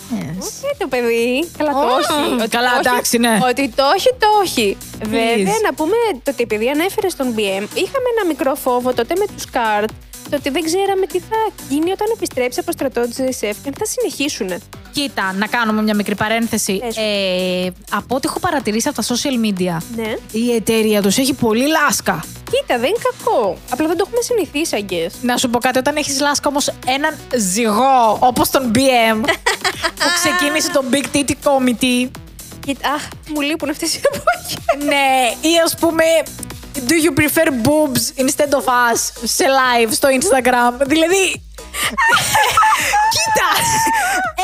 Ε, το παιδί. Καλά, το Ω, όχι. Ότι καλά, το όχι- εντάξει, ναι. Ότι το όχι, το όχι. Βέβαια, Please. να πούμε το ότι επειδή ανέφερες στον BM, είχαμε ένα μικρό φόβο τότε με τους καρτ το ότι δεν ξέραμε τι θα γίνει όταν επιστρέψει από στρατό τη ΕΣΕΦ και αν θα συνεχίσουν. Κοίτα, να κάνουμε μια μικρή παρένθεση. Πες μου. Ε, από ό,τι έχω παρατηρήσει από τα social media, Ναι. η εταιρεία τους έχει πολύ λάσκα. Κοίτα, δεν είναι κακό. Απλά δεν το έχουμε συνηθίσει, I guess. Να σου πω κάτι, όταν έχεις λάσκα όμως έναν ζυγό, όπως τον BM, που ξεκίνησε το Big Titty Committee, Κοίτα, αχ, μου λείπουν αυτές οι εποχέ. ναι, ή ας πούμε, do you prefer boobs instead of us, σε live, στο Instagram, δηλαδή... Κοίτα!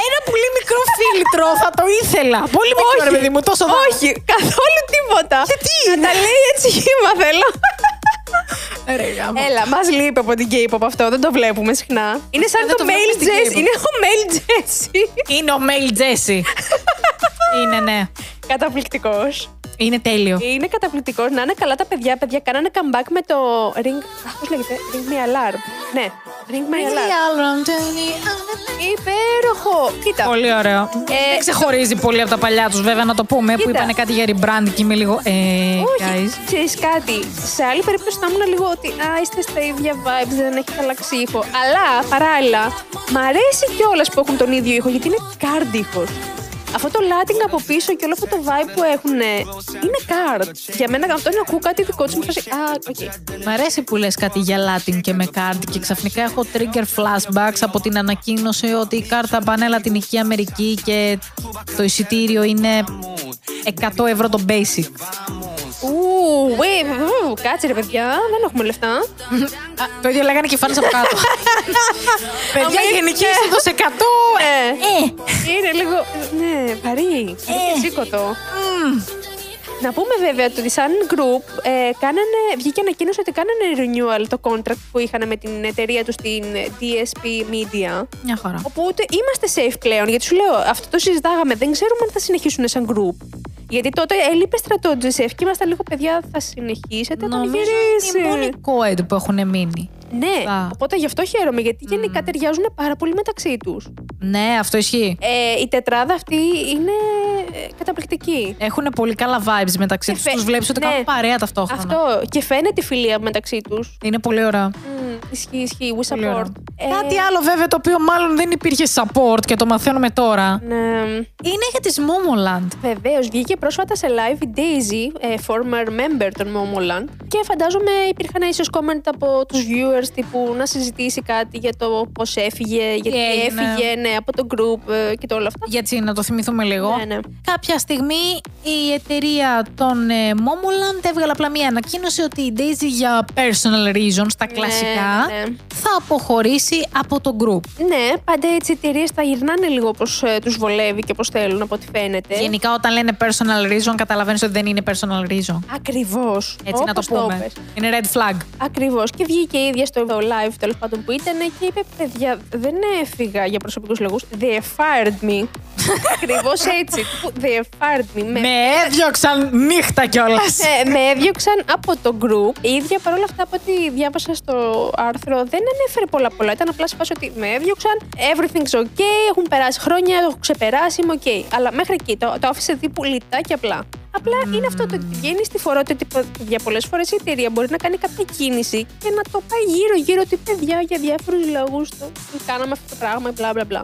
Ένα πολύ μικρό φίλτρο θα το ήθελα. Πολύ μικρό, ρε παιδί μου, τόσο δάμα. Όχι, καθόλου τίποτα. Γιατί Να τα λέει έτσι χήμα θέλω. Ρε, γάμο. Έλα, μας λείπει από την K-pop αυτό, δεν το βλέπουμε συχνά. Είναι σαν Δεν το, το βλέπεις Male στην Jessie. K-pop. Είναι ο Male Jessie. Είναι ο Μέιλ Τζέσι. Είναι, ναι. Καταπληκτικός. Είναι τέλειο. Είναι καταπληκτικός. Να είναι καλά τα παιδιά, παιδιά. Κάνανε comeback με το Ring. Πώς λέγεται, Ring My Alarm. Ναι, Ring My Alarm. Υπέροχο! Κοίτα. Πολύ ωραίο. Ε, Δεν ξεχωρίζει πολύ από τα παλιά τους, βέβαια, να το πούμε, που Κοίτα. είπανε κάτι για rebrand και είμαι λίγο. Ε, guys. Όχι, ξέρεις κάτι. Σε άλλη περίπτωση θα ήμουν λίγο ότι α, είστε στα ίδια vibes, δεν έχετε αλλάξει ήχο. Αλλά παράλληλα, μ' αρέσει κιόλας που έχουν τον ίδιο ήχο γιατί είναι card ήχο. Αυτό το Latin από πίσω και όλο αυτό το vibe που έχουν είναι card. Για μένα αυτό είναι να ακούω κάτι δικό του. Μου φάση, α, οκ. Μ' αρέσει που λες κάτι για Latin και με card και ξαφνικά έχω trigger flashbacks από την ανακοίνωση ότι η κάρτα πανέλα την οικία Αμερική και το εισιτήριο είναι 100 ευρώ το basic. Ου, wait, ου, κάτσε ρε παιδιά, δεν έχουμε λεφτά. Α, το ίδιο λέγανε και οι φάνες από κάτω. Παιδιά, Αμέ, η γενική είσοδος 100! Ε, Ε, είναι λίγο. Ναι, βαρύ. Ε. Σήκωτο. Να πούμε βέβαια ότι σαν group ε, κάνανε, βγήκε ανακοίνωση ότι κάνανε renewal το contract που είχαν με την εταιρεία τους στην DSP Media. μια χώρα. Οπότε είμαστε safe πλέον, γιατί σου λέω, αυτό το συζητάγαμε. Δεν ξέρουμε αν θα συνεχίσουν σαν group. Γιατί τότε έλειπε στρατό GSF και ήμασταν λίγο παιδιά, θα συνεχίσετε να Νομίζω ότι είναι γυρίσει. η μόνη κόεντ που έχουν μείνει. Ναι, Α. οπότε γι' αυτό χαίρομαι, γιατί γενικά ταιριάζουν πάρα πολύ μεταξύ τους. Ναι, αυτό ισχύει. Ε, η τετράδα αυτή είναι ε, καταπληκτική. Έχουν πολύ καλά vibes μεταξύ Και τους. φε- Τους βλέπεις ότι ναι. κάνουν παρέα ταυτόχρονα. Αυτό. Και φαίνεται η φιλία μεταξύ τους. Είναι πολύ ωραίο. Ισχύει, ισχύει. Ε, We Πολύ support. ωραίο. Κάτι άλλο βέβαια το οποίο μάλλον δεν υπήρχε support και το μαθαίνουμε τώρα. Ναι. Είναι για τη Momoland. Βεβαίως, βγήκε πρόσφατα σε live η Daisy, ε, former member των Momoland. Και φαντάζομαι υπήρχαν ίσως comment από τους viewers τύπου να συζητήσει κάτι για το πώς έφυγε, γιατί έγινε. έφυγε ναι, από το group ε, και το όλα αυτά. Γιατί να το θυμηθούμε λίγο. Ναι, ναι. Κάποια στιγμή η εταιρεία των ε, Momoland έβγαλε απλά μία ανακοίνωση ότι η Daisy για personal reasons, τα κλασικά, ναι. θα αποχωρήσει από το group. Ναι, πάντα έτσι οι εταιρείες θα γυρνάνε λίγο όπως ε, τους βολεύει και πώ θέλουν, από ό,τι φαίνεται. Γενικά όταν λένε personal reason καταλαβαίνεις ότι δεν είναι personal reason. Ακριβώς. Έτσι να το πούμε. είναι red flag. Ακριβώς. Και βγήκε η ίδια στο live τέλος πάντων που ήταν και είπε: Παιδιά, δεν έφυγα για προσωπικούς λόγους. They fired me. Ακριβώς έτσι. τύπου, They fired me. Με, Με έδιωξαν νύχτα κιόλας. Ναι, με έδιωξαν από το group. Η ίδια παρόλα αυτά από ό,τι διάβασα στο άρθρο δεν ανέφερε πολλά πολλά. Ήταν απλά σε φάση ότι με έδιωξαν. Everything's okay. Έχουν περάσει χρόνια, το έχω ξεπεράσει. Είμαι okay. Αλλά μέχρι εκεί το, το άφησε δίπου λιτά και απλά. Απλά είναι αυτό το ότι βγαίνει στη φορά ότι τύπο- για πολλές φορές η εταιρεία μπορεί να κάνει κάποια κίνηση και να το πάει γύρω-γύρω ότι παιδιά για διάφορους λόγους κάναμε αυτό το πράγμα, μπλα μπλα μπλα.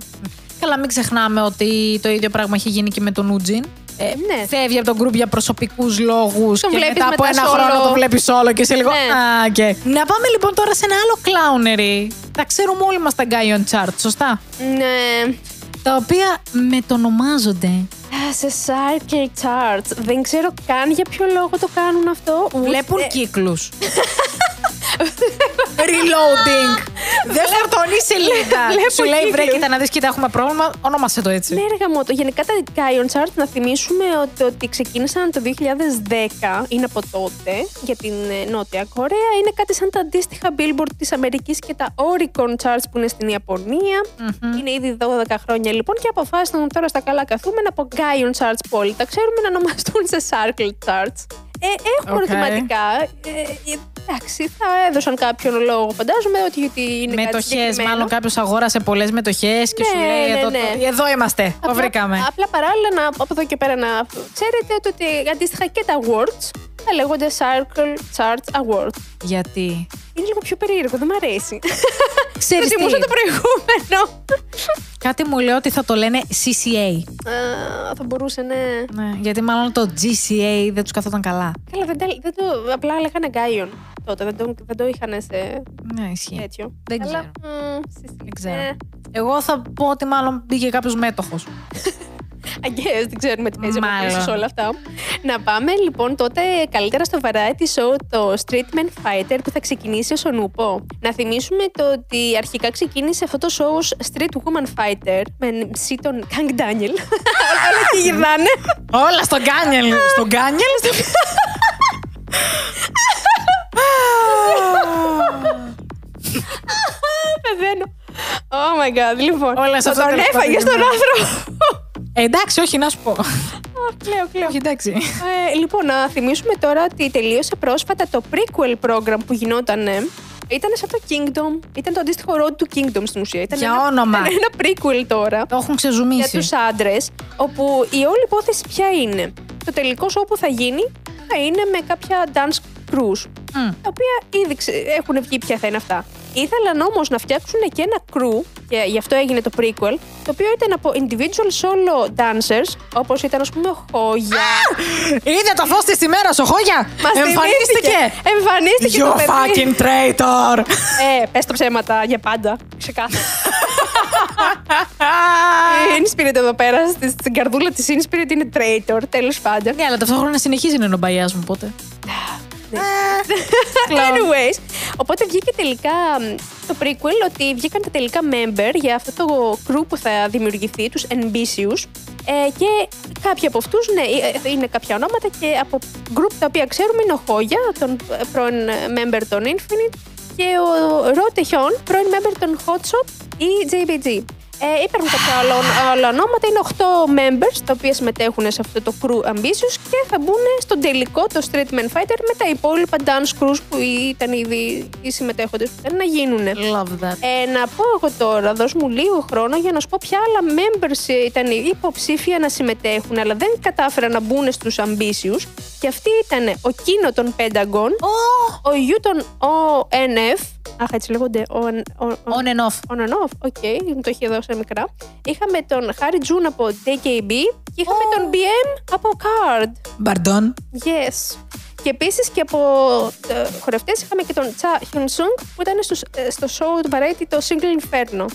Καλά, μην ξεχνάμε ότι το ίδιο πράγμα έχει γίνει και με τον Ούτζιν. Ε, Ναι. Φεύγει από τον γκρουπ για προσωπικούς λόγους. Και Τον βλέπεις μετά από μετά ένα solo. χρόνο το βλέπεις όλο και σε λίγο. Ναι. Α, και. Να πάμε λοιπόν τώρα σε ένα άλλο κλάουνερι. Τα ξέρουμε όλοι μας τα Guy on Chart, σωστά. Ναι. Τα οποία μετονομάζονται. Α, Σε circle charts. Δεν ξέρω καν για ποιο λόγο το κάνουν αυτό. ούτε- Βλέπουν κύκλους. Reloading. Δεν φορτώνει σελίδα. Βλέπω Σου λέει κύκλους. βρε, κοίτα να δεις, κοίτα, έχουμε πρόβλημα. Ονόμασε το έτσι. Ναι, έργα μου. Γενικά τα Guyon Chart, να θυμίσουμε ότι, ότι ξεκίνησαν το 2010, είναι από τότε, για την ε, Νότια Κορέα. Είναι κάτι σαν τα αντίστοιχα Billboard της Αμερικής και τα Oricon Charts που είναι στην ιαπωνια Είναι ήδη 12 χρόνια λοιπόν και αποφάσισαν τώρα στα καλά καθούμενα από Guyon Charts που όλοι τα ξέρουμε να ονομαστούν σε Circle Charts. Ε, έχω Οκ. ερωτηματικά. Ε, ε, εντάξει, θα έδωσαν κάποιον λόγο, φαντάζομαι, ότι γιατί είναι κάτι Μετοχές, συγκεκριμένο. μάλλον κάποιος αγόρασε πολλές μετοχές και Ναι, σου λέει ναι, εδώ, ναι. εδώ είμαστε. Το Απλά- βρήκαμε. Απλά παράλληλα να, από εδώ και πέρα να ξέρετε το ότι αντίστοιχα και τα awards θα λέγονται Circle Charts Awards. Γιατί. Είναι λίγο πιο περίεργο, δεν μ' αρέσει. Ξέρεις Δεν τι? θυμούσα το προηγούμενο. Κάτι μου λέει ότι θα το λένε CCA. Α, θα μπορούσε, ναι. Ναι, γιατί μάλλον το GCA δεν τους καθόταν καλά. Καλά, δεν, τα- δεν το. Απλά λέγανε Γκάιον τότε. Δεν το, δεν το είχαν σε Ναι, ισχύει. τέτοιο. Δεν ξέρω. μ, στις- Δεν ξέρω. Ε, ναι. Εγώ θα πω ότι μάλλον μπήκε κάποιος μέτοχος. I guess, δεν ξέρουμε τι παίζει Μάλλον. μέσα σε όλα αυτά. Να πάμε λοιπόν τότε καλύτερα στο variety show το Street Man Fighter που θα ξεκινήσει ως ο Νουπο. Να θυμίσουμε το ότι αρχικά ξεκίνησε αυτό το show ως Street Woman Fighter με MC τον Kang Daniel. Όλα τι γυρνάνε. Όλα στον Κάνιελ! Στον Κάνιελ! Πεθαίνω. Oh my god, λοιπόν. Όλα σε θα αυτό τον τέλος πάντων ναι. έφαγε τον είναι. άνθρωπο. Ε, εντάξει, όχι, να σου πω. Α, Κλαίω, κλαίω. όχι, εντάξει. Ε, λοιπόν, να θυμίσουμε τώρα ότι τελείωσε πρόσφατα το prequel program που γινόταν. Ήταν σαν το Kingdom. Ήταν το αντίστοιχο Road to Kingdom στην ουσία. Ήταν Για ένα, όνομα. Ήταν ένα prequel τώρα Το έχουν για ξεζουμίσει. τους άντρες. Όπου η όλη υπόθεση ποια είναι. Το τελικό show που θα γίνει θα είναι με κάποια dance crews. Μμ. Τα οποία ήδη ξε- έχουν βγει ποια θα είναι αυτά. Ήθελαν όμως να φτιάξουν και ένα crew, και γι' αυτό έγινε το prequel, το οποίο ήταν από individual solo dancers, όπως ήταν ας πούμε ο Χόγια. Είδε το φως της ημέρας, ο Χόγια! Μας Εμφανίστηκε! θυμήθηκε. Εμφανίστηκε το You παιδί. fucking traitor! Ε, πες τα ψέματα για πάντα. Ξεκάθαρα. Η Inspirit εδώ πέρα, στη- στην καρδούλα της Inspirit είναι traitor, τέλος πάντων. Ναι, αλλά ταυτόχρονα συνεχίζει να είναι ο μπαγιάς μου, Ε, οπότε. Ναι. Anyways, οπότε βγήκε τελικά μ, το prequel ότι βγήκαν τα τελικά member για αυτό το crew που θα δημιουργηθεί, τους Ambitious. Ε, και κάποιοι από αυτούς, ναι, ε, είναι κάποια ονόματα και από group τα οποία ξέρουμε είναι ο Χόγια, τον ε, πρώην ε, member των Infinite και ο Ρότε Χιόν, πρώην member των Hotshot ή JBG. Ε, υπάρχουν κάποια άλλα, άλλα ονόματα, είναι 8 members τα οποία συμμετέχουν σε αυτό το crew Ambitious και θα μπουν στον τελικό το Street Man Fighter με τα υπόλοιπα dance crews που ήταν ήδη οι συμμετέχοντες που ήταν να γίνουν. Love that. Ε, να πω εγώ τώρα, δώσ' μου λίγο χρόνο για να σου πω ποια άλλα members ήταν οι υποψήφια να συμμετέχουν, αλλά δεν κατάφεραν να μπουν στους ambitious. Και αυτοί ήταν ο Κίνο των Pentagon, ο Ιού των ONF, αχ έτσι λέγονται, on, on, On and off. On and off, οκ, μου το είχε εδώ σε μικρά. Είχαμε τον Χάρι Τζουν από DKB και είχαμε τον BM από Card. Μπαρντών. Yes. Και επίσης και από ε, χορευτές είχαμε και τον Τσα Χιουνσούγκ που ήταν στους, ε, στο show του Variety το Single Inferno.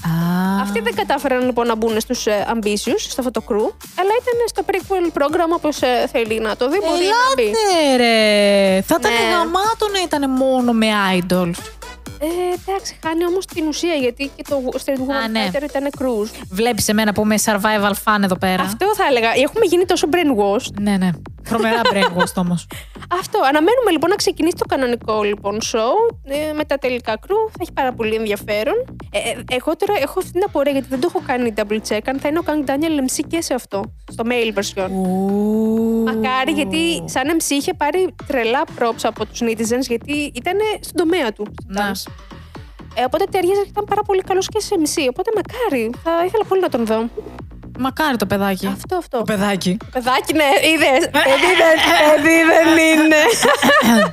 Αυτοί δεν κατάφεραν λοιπόν να μπουν στους ε, Ambitious, στο αυτό το crew, αλλά ήταν στο prequel πρόγραμμα όπως ε, θέλει να το δει, μπορεί να μπει. Ελάτε ρε! Θα ήταν Ναι. γαμάτο να ήταν μόνο με idols. Ε, εντάξει, χάνει όμως την ουσία γιατί και το Street Woman Α, ναι. Fighter ήταν crews. Βλέπεις εμένα που είμαι survival fan εδώ πέρα. Αυτό θα έλεγα. Έχουμε γίνει τόσο brainwashed. Ναι, ναι. Τρομερά brainwashed όμως. Αυτό. Αναμένουμε λοιπόν να ξεκινήσει το κανονικό λοιπόν show ε, με τα τελικά κρού. Θα έχει πάρα πολύ ενδιαφέρον. Ε, ε, εγώ τώρα έχω αυτή την απορία γιατί δεν το έχω κάνει double check αν θα είναι ο Kang Daniel MC και σε αυτό. Στο mail version. Ου. Μακάρι γιατί σαν MC είχε πάρει τρελά props από τους netizens γιατί ήταν στον τομέα του. Να. Ε, οπότε ταιριάζει και ήταν πάρα πολύ καλός και σε MC. Οπότε μακάρι. Θα ήθελα πολύ να τον δω. Μακάρι το παιδάκι. Αυτό, αυτό. Το παιδάκι. Παιδάκι, ναι, είδε. Παιδί, δεν- παιδί δεν είναι.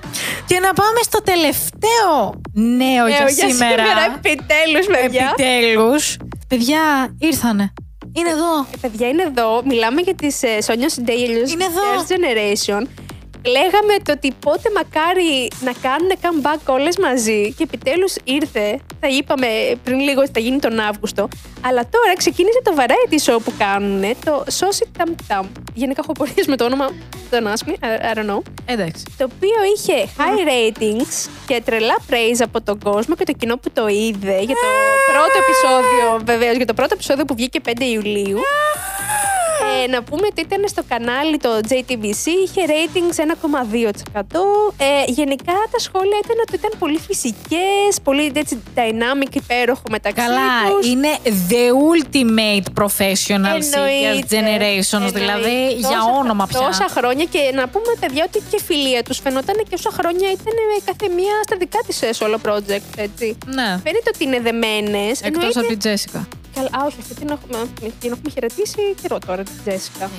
Και να πάμε στο τελευταίο νέο Ε, για σήμερα. επιτέλου, παιδιά. Επιτέλους. Παιδιά, ήρθανε. Είναι εδώ. Ε, παιδιά είναι εδώ. Μιλάμε για τι ε, Sonia Συντέλιου. Είναι εδώ. Girls' Generation. Λέγαμε το ότι πότε μακάρι να κάνουν comeback όλε μαζί και επιτέλου ήρθε. Θα είπαμε πριν λίγο ότι θα γίνει τον Αύγουστο. Αλλά τώρα ξεκίνησε το variety show που κάνουν, το Saucy Tam Tam. Γενικά έχω πορείε με το όνομα. Don't ask me, I, I don't know. Εντάξει. Το οποίο είχε high ratings και τρελά praise από τον κόσμο και το κοινό που το είδε για το πρώτο επεισόδιο, βεβαίως, για το πρώτο επεισόδιο που βγήκε 5 Ιουλίου. Ε, να πούμε ότι ήταν στο κανάλι το JTBC, είχε ratings 1,2%. Ε, γενικά τα σχόλια ήταν ότι ήταν πολύ φυσικές, πολύ έτσι, dynamic, υπέροχο μεταξύ Καλά, τους. είναι the ultimate professional singers Εννοείται. generations, Εννοείται. δηλαδή για Τόσα- όνομα πια. Τόσα χρόνια και να πούμε, παιδιά, ότι και φιλία τους φαινόταν και όσα χρόνια ήταν ε, κάθε μία στα δικά της solo project, έτσι. Ναι, Φαίνεται ότι είναι δεμένες. εκτός από την Τζέσικα. Καλά, α, όχι, αυτή την έχουμε, την έχουμε χαιρετήσει καιρό τώρα, την Τζέσικα.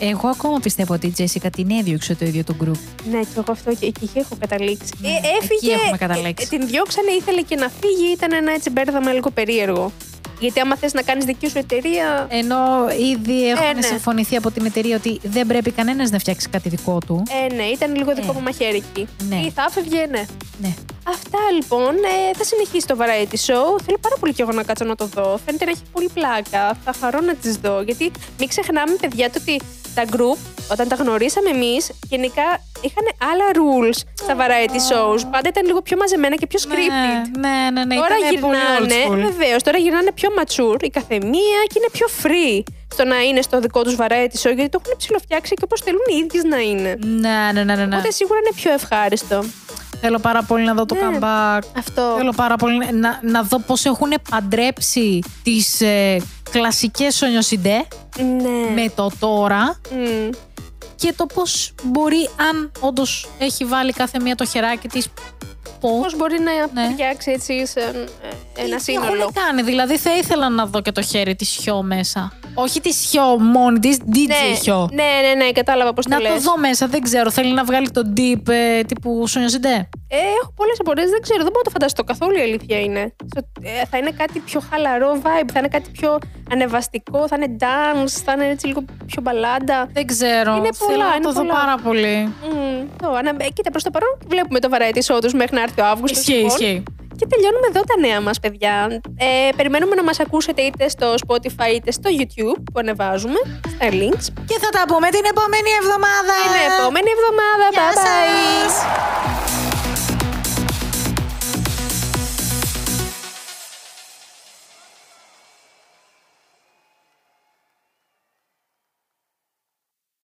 Ναι, Εγώ ακόμα πιστεύω ότι η Τζέσικα την έδιωξε το ίδιο το group. Ναι, και εγώ αυτό και εκεί έχω καταλήξει. Ναι, Ε, εκεί έφυγε. έχουμε καταλήξει. ε, Την διώξανε, ήθελε και να φύγει. Ήταν ένα έτσι μπέρδαμα λίγο περίεργο. Γιατί άμα θες να κάνεις δική σου εταιρεία. Ενώ ήδη έχουν ναι. συμφωνηθεί από την εταιρεία ότι δεν πρέπει κανένας να φτιάξει κάτι δικό του. Ε, ναι, ήταν λίγο δικό μου μαχαίρι εκεί. Ναι. Ή θα έφευγε, ναι. Ναι. Αυτά λοιπόν. Ε, θα συνεχίσει το variety show. Θέλω πάρα πολύ κι εγώ να κάτσω να το δω. Φαίνεται να έχει πολύ πλάκα. Θα χαρώ να τις δω. Γιατί μην ξεχνάμε, παιδιά, το ότι τα group, όταν τα γνωρίσαμε εμείς, γενικά είχαν άλλα rules στα variety shows. Πάντα ήταν λίγο πιο μαζεμένα και πιο scripted. Ναι, ναι, ναι. Τώρα ήτανε πολύ old γυρνάνε, school. βεβαίως, τώρα γυρνάνε πιο mature η καθεμία και είναι πιο free στο να είναι στο δικό τους variety show γιατί το έχουν ψηλοφτιάξει και όπως θέλουν οι ίδιες να είναι. Ναι, ναι, ναι, ναι. ναι. Οπότε σίγουρα είναι πιο ευχάριστο. Θέλω πάρα πολύ να δω το Ναι. comeback. Αυτό. Θέλω πάρα πολύ να, να δω πώς έχουν παντρέψει τις ε, κλασικές σονιοσιντέ Ναι. με το τώρα Μμμ. και το πώς μπορεί, αν όντως έχει βάλει κάθε μία το χεράκι της, πώς Πώς μπορεί να Ναι. φτιάξει έτσι σε ε, ένα Τι έχουν σύνολο. κάνει, δηλαδή θα ήθελα να δω και το χέρι της Χιό μέσα. Όχι της Χιό μόνη της, DJ Χιό. ναι, ναι, ναι, κατάλαβα πώς το Να το λες. δω μέσα, δεν ξέρω. Θέλει να βγάλει το deep ε, τύπου Σονιοσιντέ. Ε, έχω πολλές απορίες, δεν ξέρω, δεν μπορώ να το φανταστώ καθόλου η αλήθεια είναι. Στο- ε, θα είναι κάτι πιο χαλαρό vibe, θα είναι κάτι πιο ανεβαστικό, θα είναι dance, θα είναι έτσι λίγο πιο μπαλάντα. Δεν ξέρω. Είναι Θέλω πολλά, να είναι το δω πολλά. πάρα πολύ. Μμμ, το, ανα... ε, κοίτα, προς το παρόν βλέπουμε το variety show τους μέχρι να έρθει ο Αύγουστος. Ισχύει, ισχύει. Και τελειώνουμε εδώ τα νέα μας, παιδιά. Ε, περιμένουμε να μας ακούσετε είτε στο Spotify είτε στο YouTube που ανεβάζουμε, στα links. Και θα τα πούμε την επόμενη εβδομάδα. Την επόμενη εβδομάδα. Γεια bye bye. σας.